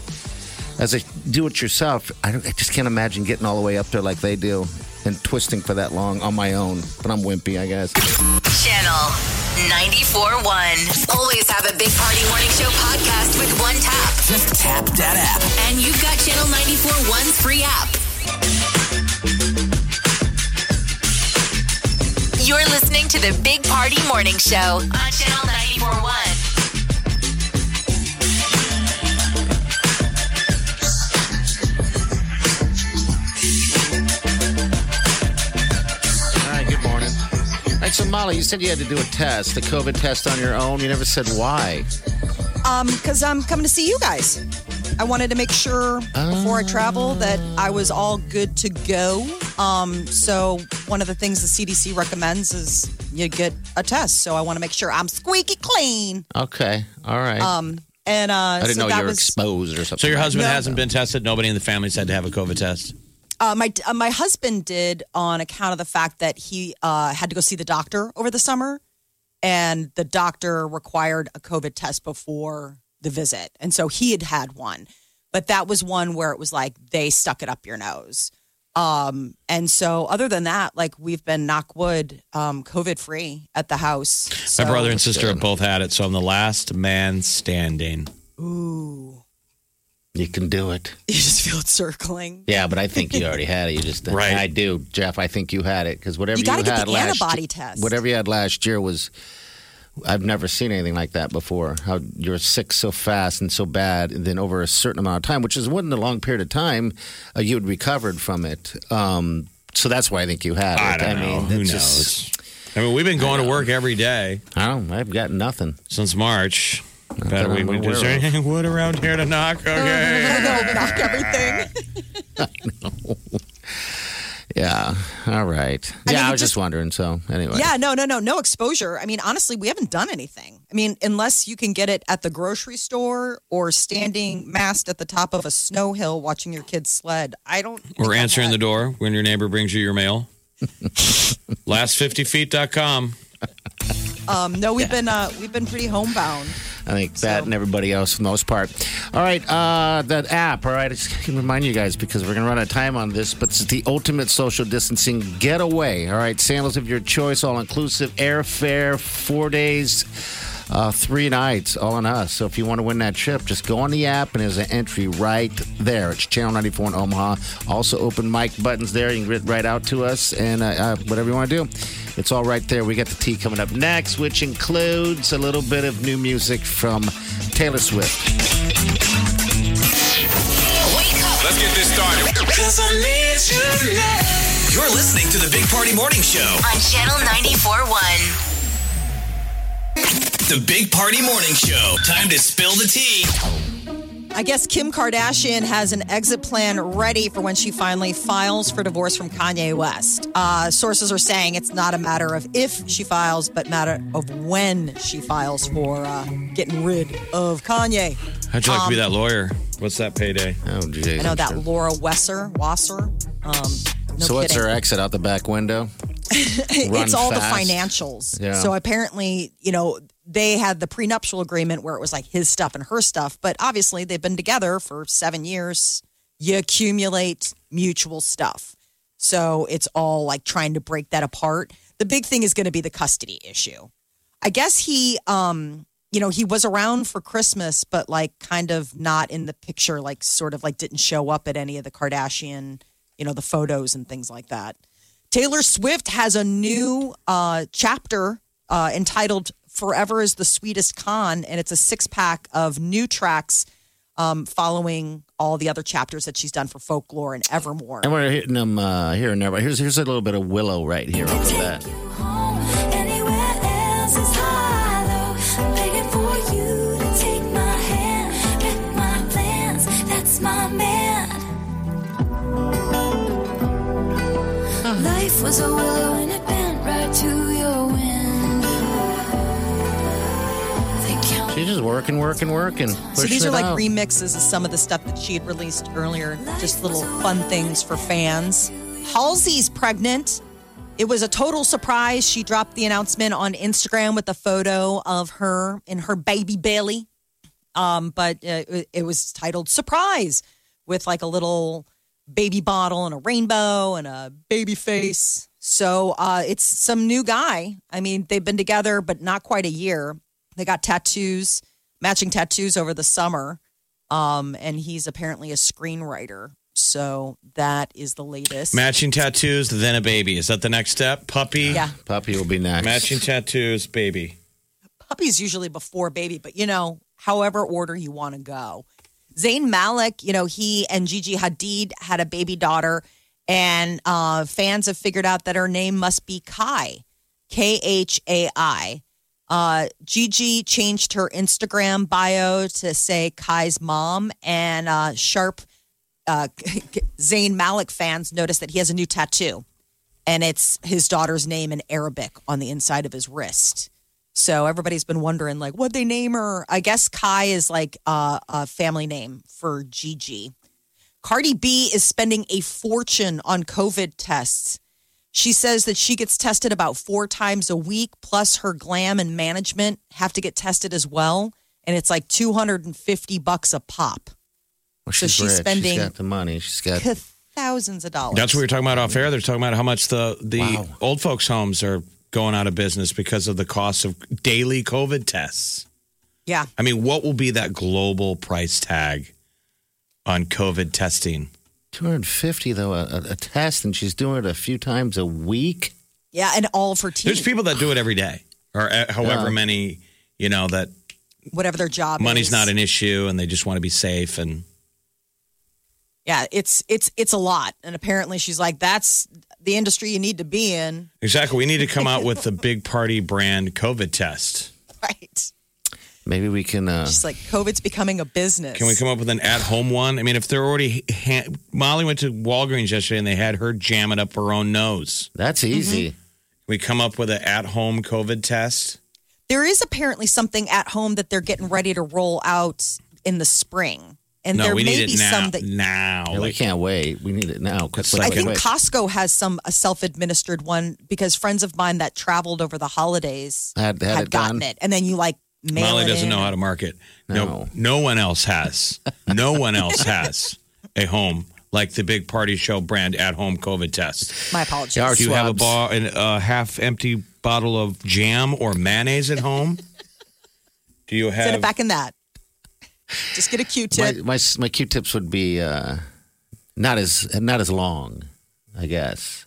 As they do it yourself, I, don't- I just can't imagine getting all the way up there like they do and twisting for that long on my own. But I'm wimpy, I guess. Channel 94.1. Always have a Big Party Morning Show podcast with one tap. Just tap that app. And you've got Channel 94.1's free app. You're listening to the Big Party Morning Show on Channel 94.1. All right, good morning. All right, so Molly, you said you had to do a test, the COVID test on your own. You never said why. Um, because I'm coming to see you guys. I wanted to make sure before I travel that I was all good to go. Um, so one of the things the CDC recommends is you get a test. So I want to make sure I'm squeaky clean. Okay, all right. Um, and uh, I didn't so know that you were was exposed or something. So your like husband No. hasn't been tested. Nobody in the family's had to have a COVID test. uh, my uh, my husband did on account of the fact that he uh, had to go see the doctor over the summer, and the doctor required a COVID test before the visit, and so he had had one, but that was one where it was like they stuck it up your nose, um, and so other than that, like we've been knock wood, um, COVID free at the house. So, My brother and sister have both had it, so I'm the last man standing. Ooh, that. you can do it. you just feel it circling. Yeah, but I think you already had it. You just Right. I do, Jeff. I think you had it because whatever You you, gotta had get the last antibody ye- test. whatever you had last year was. I've never seen anything like that before. How you're sick so fast and so bad, and then over a certain amount of time, which is wasn't a long period of time, uh, you had recovered from it. Um, so that's why I think you had it. I don't know. Who knows? it's just- I mean, we've been going to work every day I don't. Oh, I've got nothing. since March. Better that we, I'm aware is there of. any wood around here to knock? Okay. They'll knock everything. Yeah. All right. I yeah, mean, I it was just, just- wondering. So anyway. Yeah, no, no, no, no exposure. I mean, honestly, we haven't done anything. I mean, unless you can get it at the grocery store or standing masked at the top of a snow hill watching your kids sled. I don't. We're answering the door when your neighbor brings you your mail. Last50feet.com. Um, no, we've been uh, we've been pretty homebound. I think that and everybody else for the most part. All right, uh, that app. All right, I just can remind you guys because we're gonna run out of time on this, but it's the ultimate social distancing getaway. All right, sandals of your choice, all inclusive, airfare, four days, uh, three nights, all on us. So if you want to win that trip, just go on the app and there's an entry right there. It's Channel 94 in Omaha. Also, open mic buttons there. You can get right out to us and uh, uh, whatever you want to do. It's all right there. We got the tea coming up next, which includes a little bit of new music from Taylor Swift. Wake up. Let's get this started. You're listening to the Big Party Morning Show. on Channel 94.1. The Big Party Morning Show. Time to spill the tea. I guess Kim Kardashian has an exit plan ready for when she finally files for divorce from Kanye West. Uh, sources are saying it's not a matter of if she files, but matter of when she files for uh, getting rid of Kanye. How'd you like to be that lawyer? What's that payday? Oh, jeez. I know that Laura Wesser, Wasser. Um, no So what's kidding. her exit out the back window? Run it's all fast. the financials. Yeah. So apparently, you know, they had the prenuptial agreement where it was like his stuff and her stuff, but obviously they've been together for seven years. You accumulate mutual stuff. So it's all like trying to break that apart. The big thing is going to be the custody issue. I guess he, um, you know, he was around for Christmas, but like kind of not in the picture, like sort of like didn't show up at any of the Kardashian, you know, the photos and things like that. Taylor Swift has a new uh, chapter uh, entitled Forever is the Sweetest Con, and it's a six pack of new tracks um, following all the other chapters that she's done for Folklore and Evermore. And we're hitting them uh, here and there. But here's here's a little bit of Willow right here over that. Life was a willow and it bent right to your window. She's just working, working, working. So these pushing are it like out. remixes of some of the stuff that she had released earlier, just little fun things for fans. Halsey's pregnant. It was a total surprise. She dropped the announcement on Instagram with a photo of her in her baby belly. Um, but uh, it- it was titled Surprise with like a little baby bottle and a rainbow and a baby face. So uh, it's some new guy. I mean, they've been together, but not quite a year. They got tattoos, matching tattoos over the summer. Um, and he's apparently a screenwriter. So that is the latest. Matching tattoos, then a baby. Is that the next step? Puppy. Yeah. Puppy will be next. Matching tattoos, baby. Puppy's usually before baby, but you know, however order you want to go. Zayn Malik, you know, he and Gigi Hadid had a baby daughter, and uh, fans have figured out that her name must be Kai, K H A I. Uh, Gigi changed her Instagram bio to say Kai's mom, and uh, sharp uh, Zayn Malik fans noticed that he has a new tattoo, and it's his daughter's name in Arabic on the inside of his wrist. So everybody's been wondering, like, what they name her? I guess Kai is like uh, a family name for Gigi. Cardi B is spending a fortune on COVID tests. She says that she gets tested about four times a week, plus her glam and management have to get tested as well, and it's like two hundred and fifty bucks a pop, Well, so she's she's rich. spending- She's got the money. She's got. thousands of dollars. That's what we were talking about off air. They're talking about how much the the Wow. old folks' homes are going out of business because of the cost of daily COVID tests. yeah. I mean, what will be that global price tag on COVID testing? 250 though a, a, a test and she's doing it a few times a week Yeah, and all of her team, There's people that do it every day, or uh, however Yeah. many. You know that whatever their job. money's is. not an issue, and they just want to be safe. And Yeah, it's it's it's a lot, and apparently she's like, that's the industry you need to be in, exactly, we need to come out with the big party brand COVID test. right? maybe we can uh She's like, COVID's becoming a business. Can we come up with an at-home one? I mean, if they're already ha- Molly went to Walgreens yesterday and they had her jam it up her own nose. that's mm-hmm. easy Can we come up with an at-home COVID test? There is apparently something at home that they're getting ready to roll out in the spring, and no, there we may need be it now. some that now, Yeah, we like, can't wait we need it now quick, quick, Oh, I like quick, think quick. Costco has some a self-administered one because friends of mine that traveled over the holidays Had- had it gotten done. it, and then you like mail Molly it doesn't in. know how to market. No, No. no one else has. No one else has a home like the big party show brand at-home COVID test. My apologies. Yeah, our Do you have a swabs. bar and a half-empty bottle of jam or mayonnaise at home? Do you Send have it back in that. Just get a Q-tip. my, my my q-tips would be uh not as not as long i guess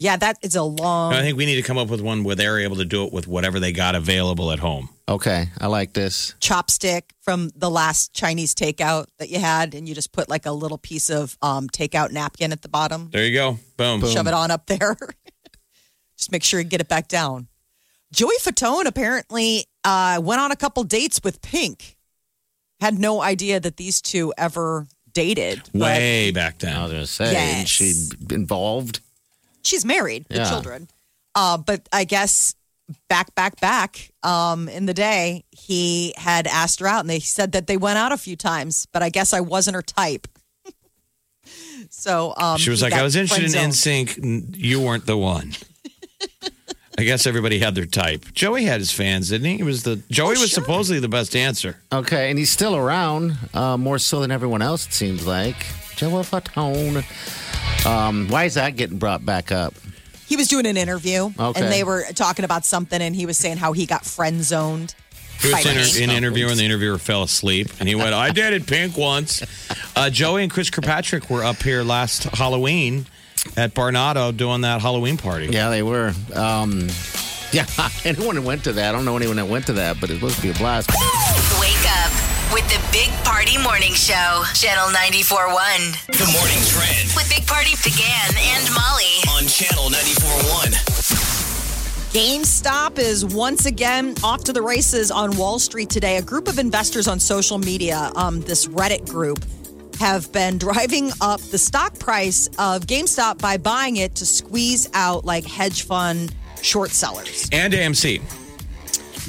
yeah, that is a long. I think we need to come up with one where they're able to do it with whatever they got available at home. okay i like this chopstick from the last Chinese takeout that you had, and you just put like a little piece of um, takeout napkin at the bottom, There you go. Boom. shove it on up there. just make sure you get it back down. Joey Fatone apparently uh, went on a couple dates with Pink. Had no idea that these two ever dated. but Way back i was then. gonna say Yes. she involved she's married with Yeah. children. Uh, but I guess back, back, back um, in the day, he had asked her out and they said that they went out a few times, but I guess I wasn't her type. so um, She was he like, I got was interested in friend-zoned. NSYNC. You weren't the one. I guess everybody had their type. Joey had his fans, didn't he? He was the Oh, Joey was supposedly the best dancer. Okay, and he's still around, uh, more so than everyone else, it seems like. Joe Fatone. Um, why is that getting brought back up? He was doing an interview, Okay. and they were talking about something, and he was saying how he got friend zoned. He was inter- in an interview, and the interviewer fell asleep, and he went, "I dated Pink once." Uh, Joey and Chris Kirkpatrick were up here last Halloween at Barnado doing that Halloween party. Yeah, they were. Um, yeah, anyone who went to that. I don't know anyone that went to that, but it must be a blast. Wake up with the Big Party Morning Show, Channel 94.1. The morning trend With Big Party began and Molly. on Channel 94.1. GameStop is once again off to the races on Wall Street today. A group of investors on social media, um, this Reddit group, have been driving up the stock price of GameStop by buying it to squeeze out like hedge fund short sellers. And AMC.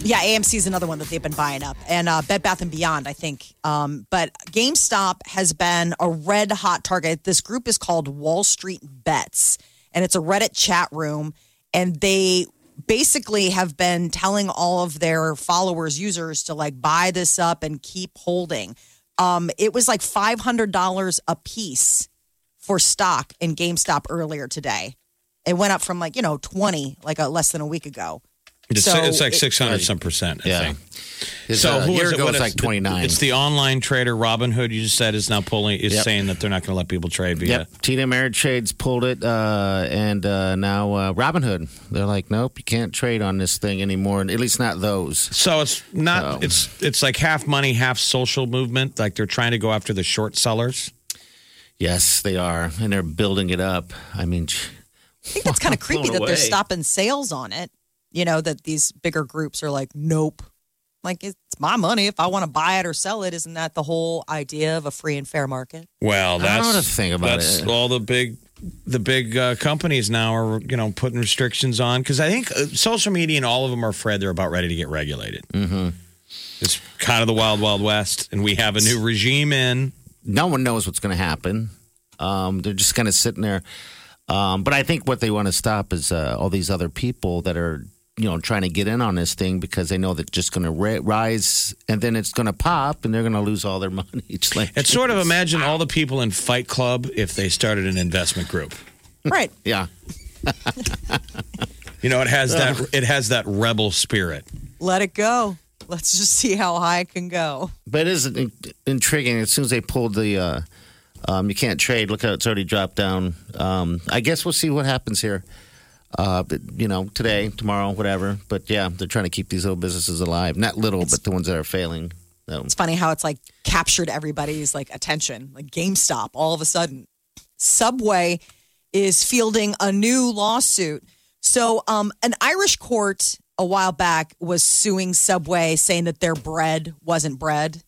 Yeah, AMC is another one that they've been buying up, and uh, Bed Bath and Beyond, I think. Um, but GameStop has been a red hot target. This group is called Wall Street Bets, and it's a Reddit chat room, and they basically have been telling all of their followers, users, to like buy this up and keep holding. Um, it was like five hundred dollars a piece for stock in GameStop earlier today. It went up from like you know twenty, like a, less than a week ago. It's, So it's like it- six hundred some percent. I Yeah. think. It's, uh, a year ago What it's like 29. It's the online trader Robinhood. You just said is now pulling is Yep. saying that they're not going to let people trade via. Yep, Tina Ameritrade's pulled it, uh, and uh, now uh, Robinhood. They're like, nope, you can't trade on this thing anymore, and at least not those. So it's not it's it's like half money, half social movement. Like they're trying to go after the short sellers. Yes, they are, and they're building it up. I mean, ch- I think that's kind of creepy that they're away. stopping sales on it. You know, that these bigger groups are like, nope. Like, it's my money. If I want to buy it or sell it, isn't that the whole idea of a free and fair market? Well, I that's don't know the thing about that's it. all the big the big uh, companies now are you know putting restrictions on because I think uh, social media and all of them are afraid they're about ready to get regulated. Mm-hmm. It's kind of the wild wild west, and we have a new regime in. no one knows what's going to happen. Um, they're just kind of sitting there. Um, but I think what they want to stop is uh, all these other people that are, you know, trying to get in on this thing because they know that just going to ri rise and then it's going to pop and they're going to lose all their money. It's like It's sort of imagine all the people in Fight Club if they started an investment group. Right. yeah, You know, it has that it has that rebel spirit. Let it go. Let's just see how high it can go. but it is in- intriguing. As soon as they pulled the, uh, um, you can't trade. Look how it's already dropped down. Um, I guess we'll see what happens here. Uh, but, you know, today, tomorrow, whatever. But yeah, they're trying to keep these little businesses alive. Not little, but the ones that are failing. So. It's funny how it's like captured everybody's like attention, like GameStop all of a sudden. Subway is fielding a new lawsuit. So, um, an Irish court a while back was suing Subway, saying that their bread wasn't bread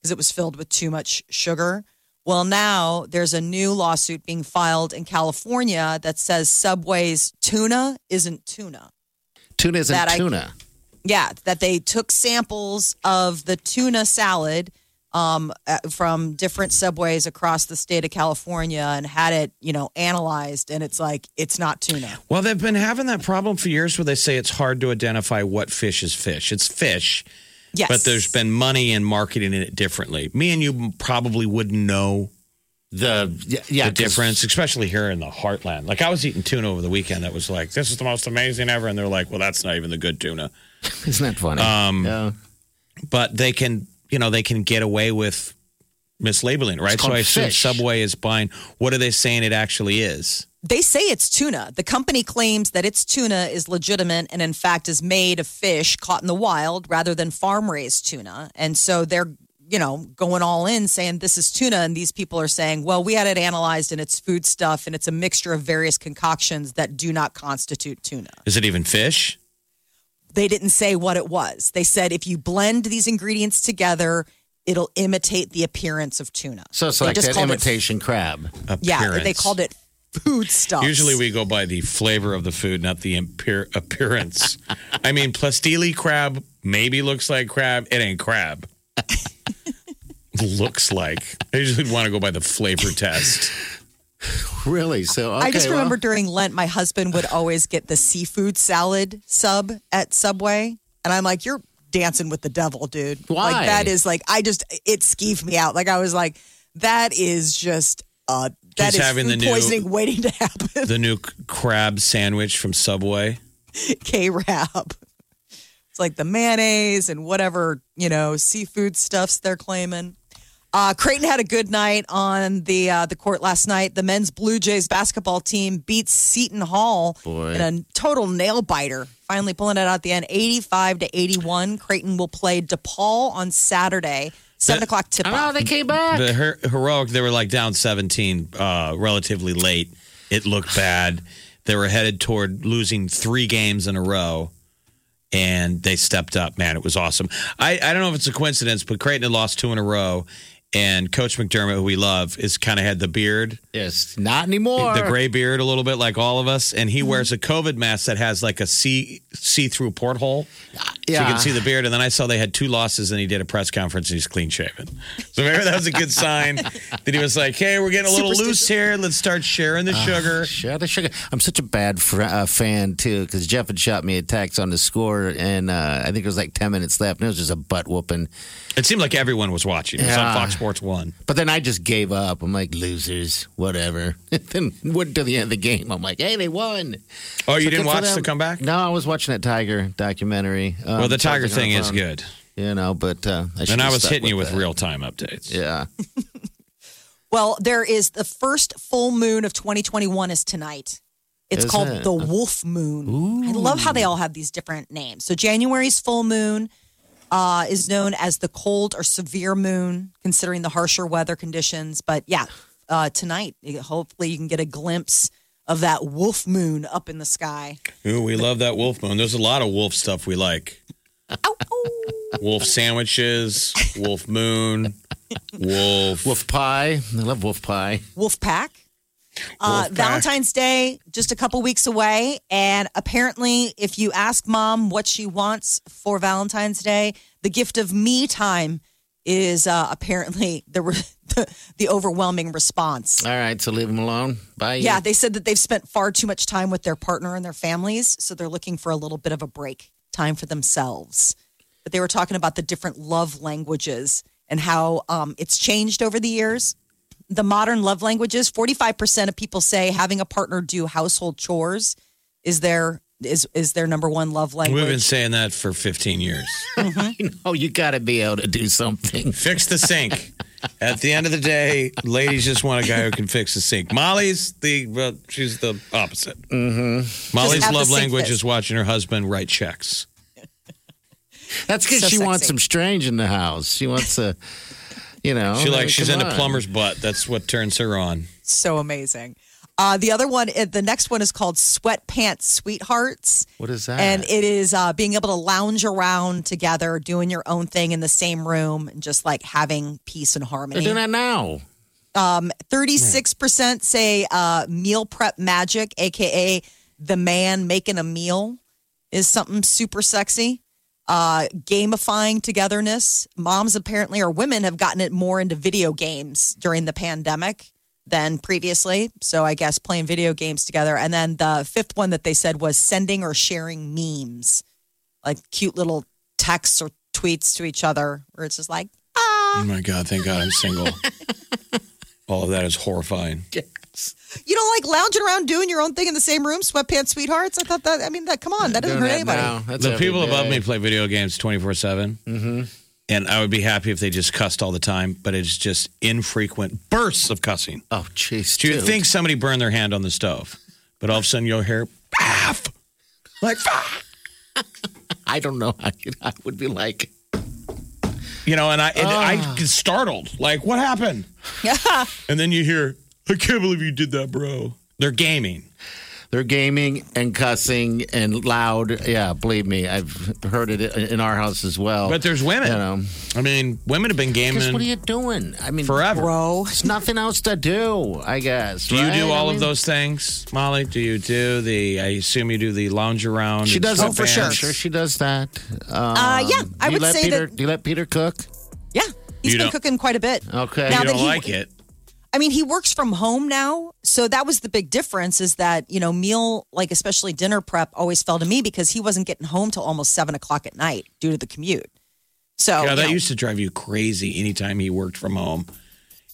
because it was filled with too much sugar. Well, now there's a new lawsuit being filed in California that says Subway's tuna isn't tuna. Tuna isn't that I- tuna. Yeah, that they took samples of the tuna salad um, uh, from different subways across the state of California and had it, you know, analyzed, and it's like it's not tuna. Well, they've been having that problem for years where they say it's hard to identify what fish is fish. It's fish, Yes, but there's been money in marketing it differently. Me and you probably wouldn't know the yeah, yeah the 'cause- difference, especially here in the heartland. Like I was eating tuna over the weekend that was like, this is the most amazing ever. And they're like, well, that's not even the good tuna. Isn't that funny? Um, But they can, you know, they can get away with mislabeling, it, right? It's So called I assume fish. Subway is buying. What are they saying it actually is? they say it's tuna. The company claims that its tuna is legitimate and, in fact, is made of fish caught in the wild rather than farm raised tuna. And so they're, you know, going all in saying this is tuna. And these people are saying, well, we had it analyzed and it's food stuff and it's a mixture of various concoctions that do not constitute tuna. Is it even fish? They didn't say what it was. They said if you blend these ingredients together, it'll imitate the appearance of tuna. so it's They like just that called it- imitation crab. yeah, they Appearance. called it food stuff. Usually we go by the flavor of the food, not the imper- appearance. I mean, plastili crab maybe looks like crab. It ain't crab. looks like. I usually want to go by the flavor test. Really? So okay, I just well, remember during Lent, my husband would always get the seafood salad sub at Subway, and I'm like, "You're dancing with the devil, dude." Why? Like that is like I just it skeeved me out. Like I was like, "That is just uh, that is He's having the food new- poisoning waiting to happen." the new c- crab sandwich from Subway. K wrap. It's like the mayonnaise and whatever, you know, seafood stuffs they're claiming. Uh, Creighton had a good night on the uh, the court last night. The men's Blue Jays basketball team beats Seton Hall Boy. in a total nail biter. Finally pulling it out at the end, eighty five to eighty one. Creighton will play DePaul on Saturday, seven o'clock tip off. Oh, they came back. The her- heroic, they were like down 17 uh, relatively late. It looked bad. They were headed toward losing three games in a row, and they stepped up. Man, it was awesome. I, I don't know if it's a coincidence, but Creighton had lost two in a row, and Coach McDermott, who we love, is kind of had the beard. yes, not anymore. the gray beard a little bit like all of us and he wears a covid mask that has like a see see through porthole so you Yeah. can see the beard and then i saw they had two losses and he did a press conference and he's clean shaven so maybe that was a good sign that he was like hey we're getting a little loose here let's start sharing Ah, the sugar Share the sugar. I'm such a bad fr- uh, fan too because Jeff had shot me a text on the score, and uh, I think it was like ten minutes left, and it was just a butt whooping. it seemed like everyone was watching it was on Yeah. fox sports 1 But then I just gave up. I'm like losers, whatever. And then went to the end of the game. I'm like, hey, they won. oh you So didn't good for watch the them. comeback No, I was watching that Tiger documentary. um, well the tiger something thing on is phone, good you know. But uh, I and should've i was stuck hitting you with that. real time updates Yeah. Well, there is the first full moon of 2021 is tonight. It's Is called it? Uh, the Wolf Moon. I love how they all have these different names. So January's full moon uh, is known as the cold or severe moon, considering the harsher weather conditions. But yeah, uh, tonight, hopefully, you can get a glimpse of that Wolf Moon up in the sky. Ooh, we love that wolf moon there's a lot of wolf stuff we like Ow, ow. wolf sandwiches wolf moon wolf Wolf pie. I love wolf pie. Wolf Pack. Uh, Wolf Pack. Valentine's Day, just a couple weeks away. And apparently, if you ask mom what she wants for Valentine's Day, the gift of me time is uh, apparently the, re- the, the overwhelming response. All right, so leave them alone. Bye. Yeah, they said that they've spent far too much time with their partner and their families. So they're looking for a little bit of a break, time for themselves. But they were talking about the different love languages and how um, it's changed over the years. The modern love languages 45% of people say having a partner do household chores is their. Is, is their number one love We've been language? saying that for 15 years. Oh, you got to be able to do something. fix the sink. At the end of the day, ladies just want a guy who can fix the sink. Molly's the well, she's the opposite. Mm-hmm. Molly's have the love sink language fixed. is watching her husband write checks. That's because So she wants sexy. some strange in the house. She wants a, you know. she I mean, like she's come in a on. plumber's butt. That's what turns her on. So amazing. Uh, the other one, uh, the next one is called Sweatpants Sweethearts. What is that? And it is uh, being able to lounge around together, doing your own thing in the same room, and just like having peace and They're harmony. doing that now. 36% say uh, meal prep magic, AKA the man making a meal, is something super sexy. Uh, gamifying togetherness. Moms apparently, or women, have gotten it more into video games during the pandemic than previously. So I guess playing video games together. And then the fifth one that they said was sending or sharing memes, like cute little texts or tweets to each other, where it's just like, Oh my god! Thank God I'm single. All of that is horrifying. You don't like lounging around doing your own thing in the same room, sweatpants sweethearts. I thought that. I mean, that. Come on, that doesn't Doing hurt that anybody. now. That's the every people day. above Mm-hmm. me play video games 24 7 and i would be happy if they just cussed all the time but it's just infrequent bursts of cussing Oh, jeez. do you dude. think somebody burned their hand on the stove but all of a sudden you'll hear "Baff!" like "Fuck!" I don't know. I, I would be like, you know and i and Ah. i get startled like what happened and then you hear i can't believe you did that bro they're gaming they're gaming and cussing and loud. Yeah, believe me, I've heard it in in our house as well. but there's women you Oh. know, i mean women have been 'Cause what are gaming you doing? I mean, forever Bro, There's nothing else to do. I guess. do you right? do I all of mean- those things, Molly? Do you do the? I assume you do the lounge around. She and does Oh, it for sure. I'm sure she does that. Uh, yeah, Um, I do you would let say Peter, that- Do you let Peter cook? yeah, he's You been don't- cooking quite a bit. Okay. Now that You don't he- like it. I mean, he works from home now. So that was the big difference is that, you know, meal, like especially dinner prep, always fell to me because he wasn't getting home till almost seven o'clock at night due to the commute. So, yeah, that you know, used to drive you crazy anytime he worked from home.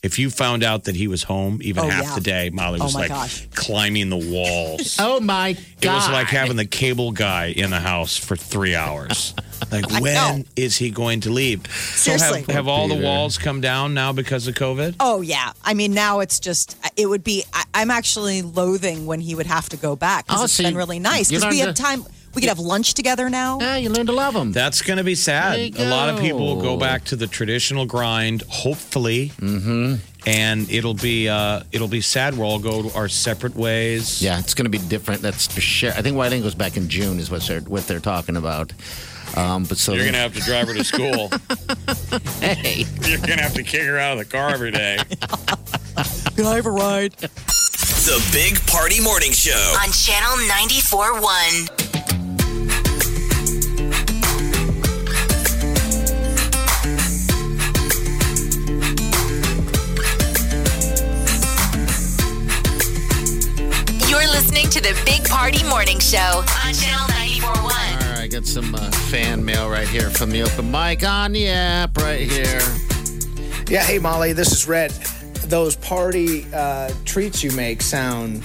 If you found out that he was home even Oh, half yeah. the day, Molly Oh, was my like gosh. climbing the walls. Oh my It was like having the cable guy in the house for three hours. like, I when is know. he going to leave? Seriously. So have, have all the walls come down now because of COVID? Oh yeah, I mean now it's just it would be. I, I'm actually loathing when he would have to go back because Oh, it's so been you- really nice you because we had learned to- time. We could have lunch together now. Yeah, Ah, you learn to love him. That's going to be sad. There you A lot of go. people will go back to the traditional grind, hopefully, Mm-hmm. and it'll be uh, it'll be sad. We'll all go our separate ways. Yeah, it's going to be different. That's for sure. I think Whiting goes back in June is what they're what they're talking about. Um, but so You're going to have to drive her to school. hey, You're going to have to kick her out of the car every day. Can I have a ride? The Big Party Morning Show. on Channel 94.1. You're listening to the Big Party Morning Show on Channel 94.1. all right, I got some uh, fan mail right here from the open mic on the app right here. Yeah, Uh, hey Molly, this is Red. Those party uh, treats you make sound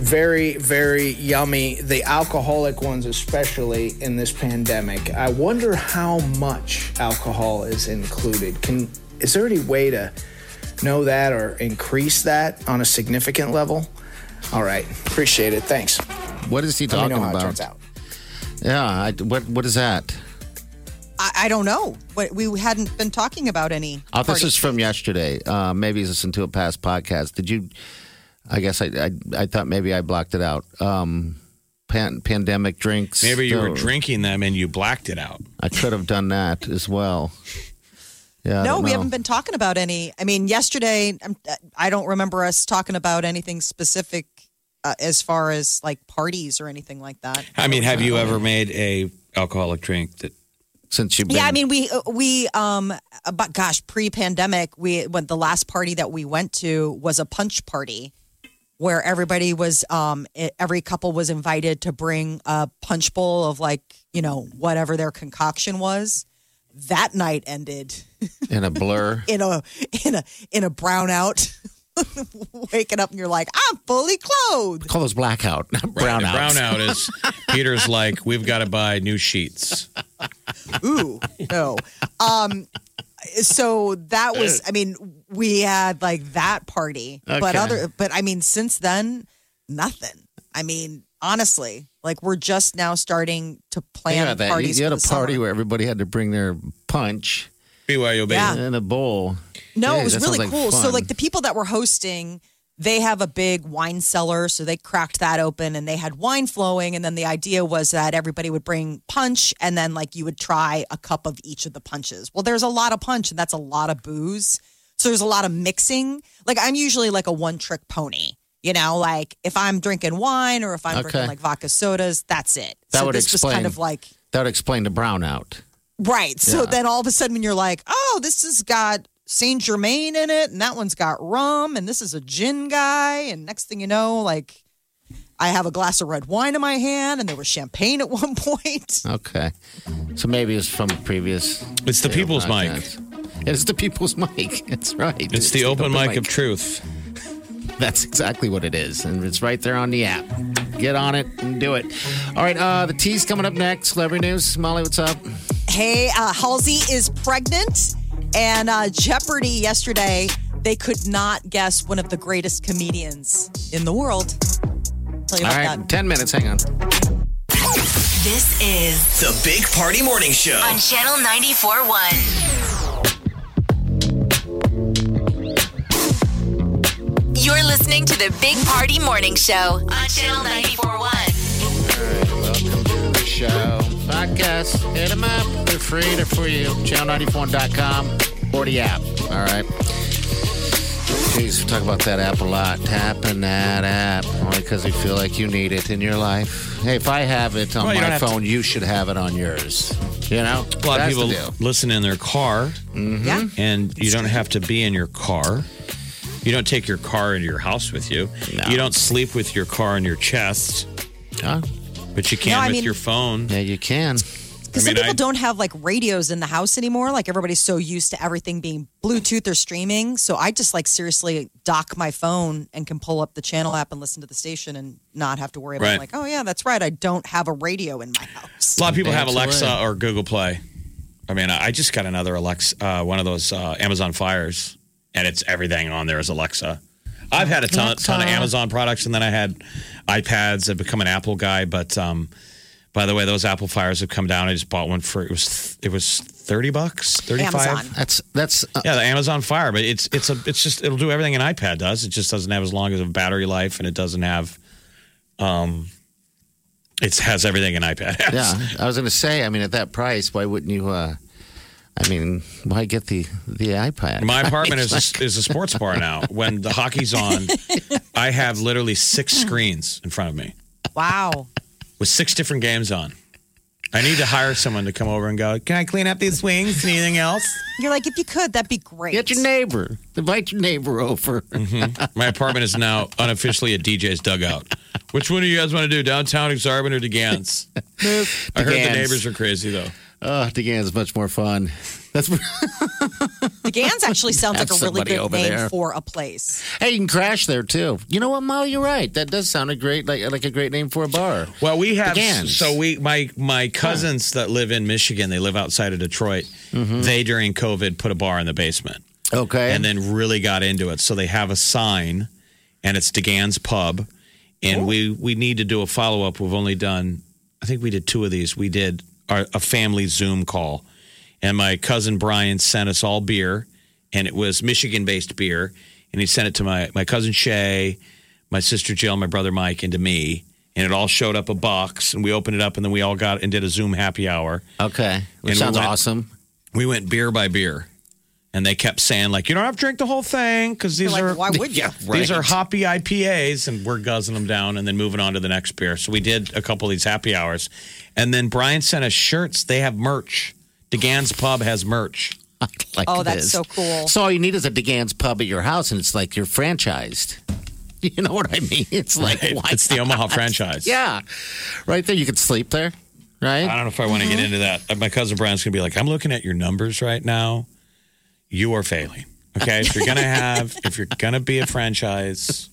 very, very yummy. The alcoholic ones, especially in this pandemic. I wonder how much alcohol is included. Can is there any way to know that or increase that on a significant level? All right, appreciate it. Thanks. What is he Let me talking know how about? it turns out. Yeah, I, what what is that? I, I don't know. What we hadn't been talking about any. Oh, this party. is from yesterday. Uh, maybe he's listened to a past podcast. Did you? I guess I I, I thought maybe I blocked it out. Um, pan, pandemic drinks. Maybe you were Oh, drinking them and you blacked it out. I could have done that as well. Yeah. I no, don't we know. haven't been talking about any. I mean, yesterday I'm, I don't remember us talking about anything specific uh, as far as like parties or anything like that. I mean, have you ever made a alcoholic drink that since you've been. Yeah, I mean, we uh, we um, but gosh, pre-pandemic, we went. The last party that we went to was a punch party, where everybody was um, e- every couple was invited to bring a punch bowl of like you know whatever their concoction was. That night ended in a blur. in a in a in a brownout. Waking up and you're like, I'm fully clothed. Call those blackout, not brown out. And brownout is Peter's like, we've got to buy new sheets. Ooh, no. Um, so that was, I mean, we had like that party, but Okay. other, but I mean, since then, nothing. I mean, honestly, like we're just now starting to plan Yeah, that. You, parties. you had for a the party summer. where everybody had to bring their punch BYOB. Yeah. in a bowl. Uh. No, Hey, it was that sounds really like cool. So fun. like the people that were hosting, they have a big wine cellar, so they cracked that open and they had wine flowing and then the idea was that everybody would bring punch and then like you would try a cup of each of the punches. Well, there's a lot of punch and that's a lot of booze. So there's a lot of mixing. Like I'm usually like a one-trick pony. You know, like if I'm drinking wine or if I'm Okay. drinking like vodka sodas, that's it. That so would this was kind explain- of like That would explain the brownout. Right. So Yeah. then all of a sudden you're like, oh, this has got Saint Germain in it, and that one's got rum, and this is a gin guy. And next thing you know, like, I have a glass of red wine in my hand, and there was champagne at one point. Okay. So maybe it's from previous. It's the people's mic. mic. It's the people's mic. That's right. It's the open mic of truth. That's exactly what it is. And it's right there on the app. Get on it and do it. All right. Uh, the tea's coming up next. Celebrity news. Molly, what's up? Hey, uh, Halsey is pregnant, and uh, Jeopardy yesterday, they could not guess one of the greatest comedians in the world. Tell you All about right. that. 10 minutes. Hang on. This is The Big Party Morning Show. on Channel 94.1. You're listening to the Big Party Morning Show on Channel 94.1. Welcome to the show. Podcast. Hit them up. They're free. They're for you. Channel94.com or the app. All right. Jeez, we talk about that app a lot. Tapping that app only because you feel like you need it in your life. Hey, if I have it on Well, you don't my have to- phone, you should have it on yours. You know? A lot of That's the people deal. Mm-hmm. listen in their car, Yeah. and you don't have to be in your car. You don't take your car into your house with you. You don't sleep with your car on your chest. But you can No, I with mean- your phone. Yeah, you can. Because some people don't have like radios in the house anymore. Like everybody's so used to everything being Bluetooth or streaming. So I just like seriously dock my phone and can pull up the channel app and listen to the station and not have to worry about Right. like, oh yeah, that's right. I don't have a radio in my house. A lot of people have That's Alexa right. or Google Play. I mean, I I just got another Alexa, uh, one of those uh, Amazon Fires, and it's everything on there is Alexa. I've had a ton, ton of Alexa. Amazon products, and then I had iPads. I've become an Apple guy, but um, by the way, those Apple Fires have come down. I just bought one for it was it was thirty bucks, thirty five. Amazon. That's that's uh, yeah, the Amazon Fire, but it's it's a it's just it'll do everything an iPad does. It just doesn't have as long as a battery life, and it doesn't have um, it has everything an iPad has. Yeah, I was going to say. I mean, at that price, why wouldn't you? Uh, I mean, why get the the iPad? My apartment It's is a, is a sports bar now. When the hockey's on, I have literally six screens in front of me Wow. with six different games on. I need to hire someone to come over and go. Can I clean up these wings? Anything else? You're like, if you could, that'd be great. Get your neighbor. Invite your neighbor over. My apartment is now unofficially a DJ's dugout. Which one do you guys want to do? Downtown Exarban or DeGans? I heard the DeGan's. neighbors are crazy though. Oh, DeGan's much more fun. That's The Gans actually sounds like Have a really somebody good over name there. for a place. hey, you can crash there too. You know what, Molly? You're right. That does sound a great like like a great name for a bar. Well, we have DeGan's. so we my my cousins that live in Michigan, they live outside of Detroit. They during COVID put a bar in the basement. Okay. And then really got into it. So they have a sign and it's DeGan's pub. And we we need to do a follow up. We've only done I think we did two of these. We did our, a family Zoom call. And my cousin Brian sent us all beer and it was Michigan based beer. And he sent it to my, my cousin Shay, my sister Jill, my brother Mike, and to me. And it all showed up a box, and we opened it up, and then we all got and did a Zoom happy hour. Okay, And which sounds we went- awesome. We went beer by beer, and they kept saying like, "You don't have to drink the whole thing because these You're are like, why would you? these are hoppy IPAs," and we're guzzling them down, and then moving on to the next beer. So we did a couple of these happy hours, and then Brian sent us shirts. They have merch. DeGan's Pub has merch. Like Oh, that's this. so cool. So all you need is a DeGan's pub at your house, and it's like you're franchised. You know what I mean? It's like Right. why It's the not? Omaha franchise. Yeah, right there. You could sleep there, right? I don't know if I want to get into that. Uh, My cousin Brian's gonna be like, "I'm looking at your numbers right now. You are failing. Okay, if you're gonna have, if you're gonna be a franchise,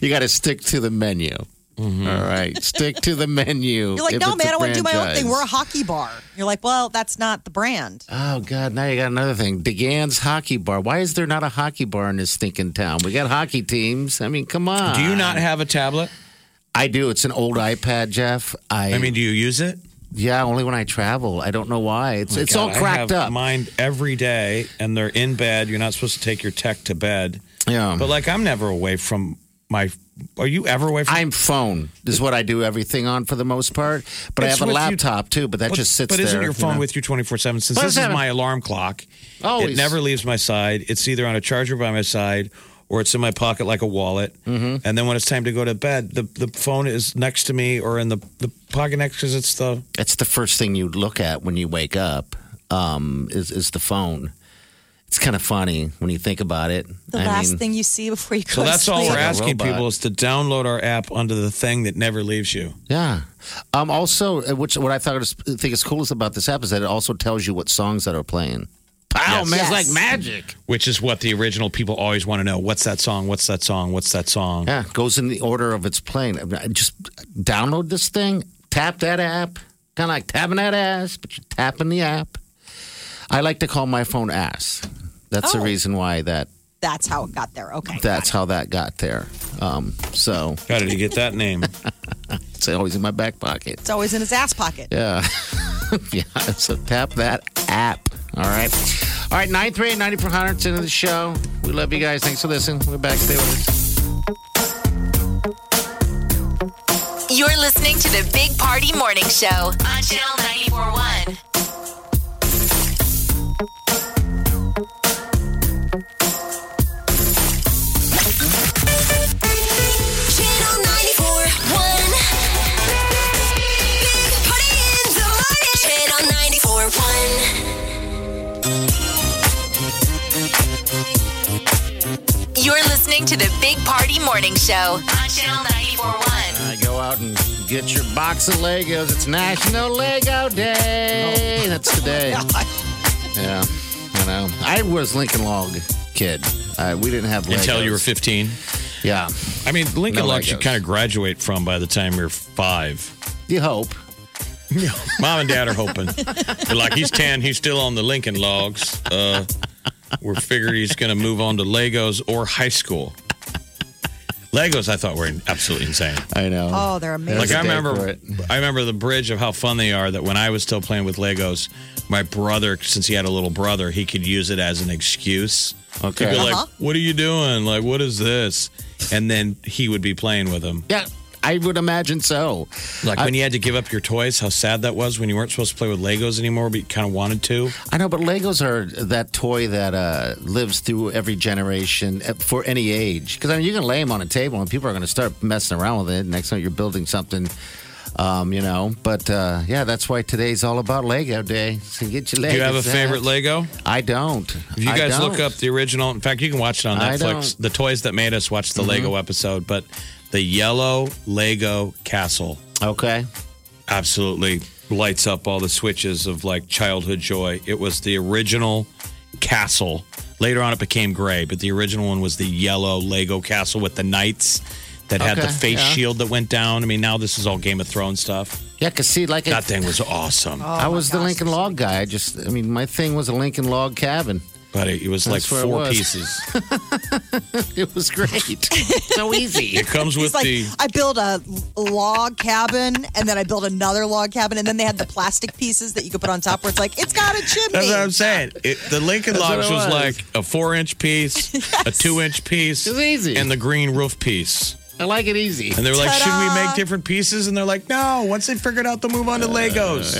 You got to stick to the menu. Mm-hmm. All right, stick to the menu. You're like, if no, it's man, I a want to do my own thing. franchise." We're a hockey bar. You're like, well, that's not the brand. Oh God! Now you got another thing. DeGan's hockey bar. Why is there not a hockey bar in this stinking town? We got hockey teams. I mean, come on. do you not have a tablet? I do. It's an old iPad, Jeff. I. I mean, do you use it? yeah, only when I travel. I don't know why. It's Oh my it's God, all cracked I have up. Mine every day, and they're in bed. You're not supposed to take your tech to bed. Yeah. But like, I'm never away from my. Are you ever away from? I'm phone is what I do everything on for the most part. But It's I have a with you- laptop too. But that But- just sits But there. isn't your you phone know? with you 24 7? Since But this I is have it- my alarm clock, Always. it never leaves my side. It's either on a charger by my side or it's in my pocket like a wallet. Mm-hmm. And then when it's time to go to bed, the, the phone is next to me or in the, the pocket next because it's the. It's the first thing you look at when you wake up. Um, is is the phone? It's kind of funny when you think about it. The I last mean- thing you see before you go So to that's all sleep. we're Like a asking robot. people is to download our app onto the thing that never leaves you. Yeah. Um, also, uh, which what I thought was, think is coolest about this app is that it also tells you what songs that are playing. Wow, man, it's like magic. Which is what the original people always want to know. What's that song? What's that song? What's that song? Yeah, goes in the order of its playing. I- I Just download this thing, tap that app, kind of like tapping that ass, but you're tapping the app. I like to call my phone ass. That's the Oh. reason why that That's how it got there. Okay. that's how that got there. Um, so How did he get that name? it's always in my back pocket. It's always in his ass pocket. Yeah. yeah. So tap that app. All right. All right. 938 9400. It's the end of the show. We love you guys. Thanks for listening. We're back. Stay with us. You're listening to the Big Party Morning Show on Channel 941. Channel 941. Big Party in the morning. Channel 941. You're listening to the Big Party Morning Show on Channel 941. I go out and get your box of Legos. It's National Lego Day. That's today. yeah, I know. I was Lincoln Log kid. Uh, we didn't have Legos. Until you were 15. Yeah. I mean, Lincoln No Log you Legos. kind of graduate from by the time you're five. You hope. Mom and dad are hoping. They're like, he's 10, he's still on the Lincoln Logs. Uh, we're figuring he's going to move on to Legos or high school. Legos, I thought were absolutely insane. I know. Oh, they're amazing. Like for I remember, it. I remember the bridge of how fun they are. That when I was still playing with Legos, my brother, since he had a little brother, he could use it as an excuse. Okay. He'd be Uh-huh. like, "What are you doing? Like, what is this?" And then he would be playing with them. Yeah, I would imagine so. Like I- when you had to give up your toys, how sad that was when you weren't supposed to play with Legos anymore, but you kind of wanted to. I know, but Legos are that toy that uh, lives through every generation uh, for any age. Because I mean, you can lay them on a table, and people are going to start messing around with it. Next time you're building something, um, you know. But uh, yeah, that's why today's all about Lego Day. So get your Legos. Do you have a out. favorite Lego? I don't. If you I guys don't. look up the original, in fact, you can watch it on I Netflix. don't. The toys that made us watch the Lego episode, but the yellow Lego castle okay, absolutely lights up all the switches of like childhood joy. It was the original castle. Later on, it became gray, but the original one was the yellow Lego castle with the knights that had Okay, the face yeah. shield that went down. I mean, now this is all Game of Thrones stuff. yeah, cause see, like That thing was awesome. I was the Lincoln Log guy. I just, I mean, my thing was a Lincoln Log cabin. But it was like That's where it four was. pieces. It was great, so easy. It comes It's with like the I built a log cabin, and then I built another log cabin, and then they had the plastic pieces that you could put on top, where it's like it's got a That's chimney. what I'm saying. It, the Lincoln That's what Logs it was. was. like a four inch piece, a two inch piece, It was easy. and the green roof piece. I like it easy. And they were like, should we Ta-da. make different pieces? And they're like, no, once they figured out, they'll move on to Legos.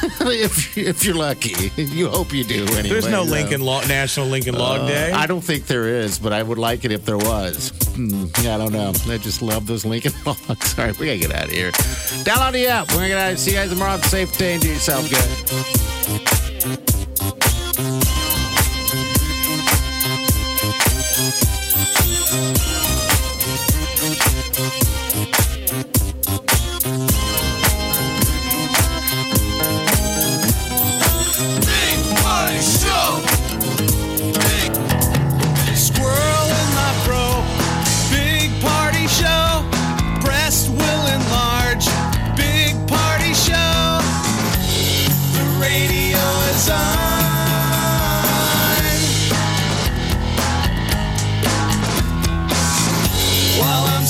if, if you're lucky, you hope you do. Anyway, There's no Uh, though. Lincoln Log, National Lincoln Log Day. I don't think there is, but I would like it if there was. Hmm, I don't know. I just love those Lincoln logs. All right, we gotta get out of here. Download the app. We're gonna see you guys tomorrow. Have a Safe day and do yourself good. Big Party Show. Big. Squirrel in my bro. Big Party Show. Breast will enlarge. Big Party Show. The radio is on. While I'm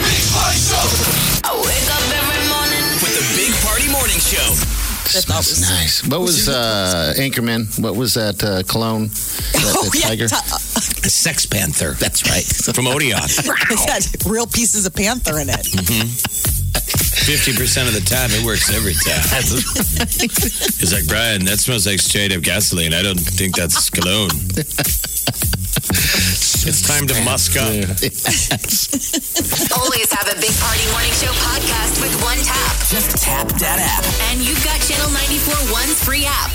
Big party show. I wake up every morning. With the Big Party Morning Show. Smells nice. What was uh, Anchorman? What was that uh, cologne? That, Oh that yeah, tiger? t- A sex panther. That's right. From Odeon. it had real pieces of panther in it. 50% of the time, it works every time. It's like, Brian, that smells like straight up gasoline. I don't think that's cologne. it's time to musk up. Always have a Big Party Morning Show podcast with one tap. Just tap that app. And you've got Channel 941's free app.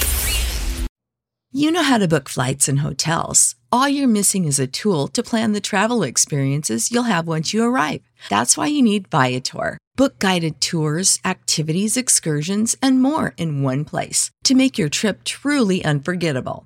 You know how to book flights and hotels. All you're missing is a tool to plan the travel experiences you'll have once you arrive. That's why you need Viator. Book guided tours, activities, excursions, and more in one place to make your trip truly unforgettable.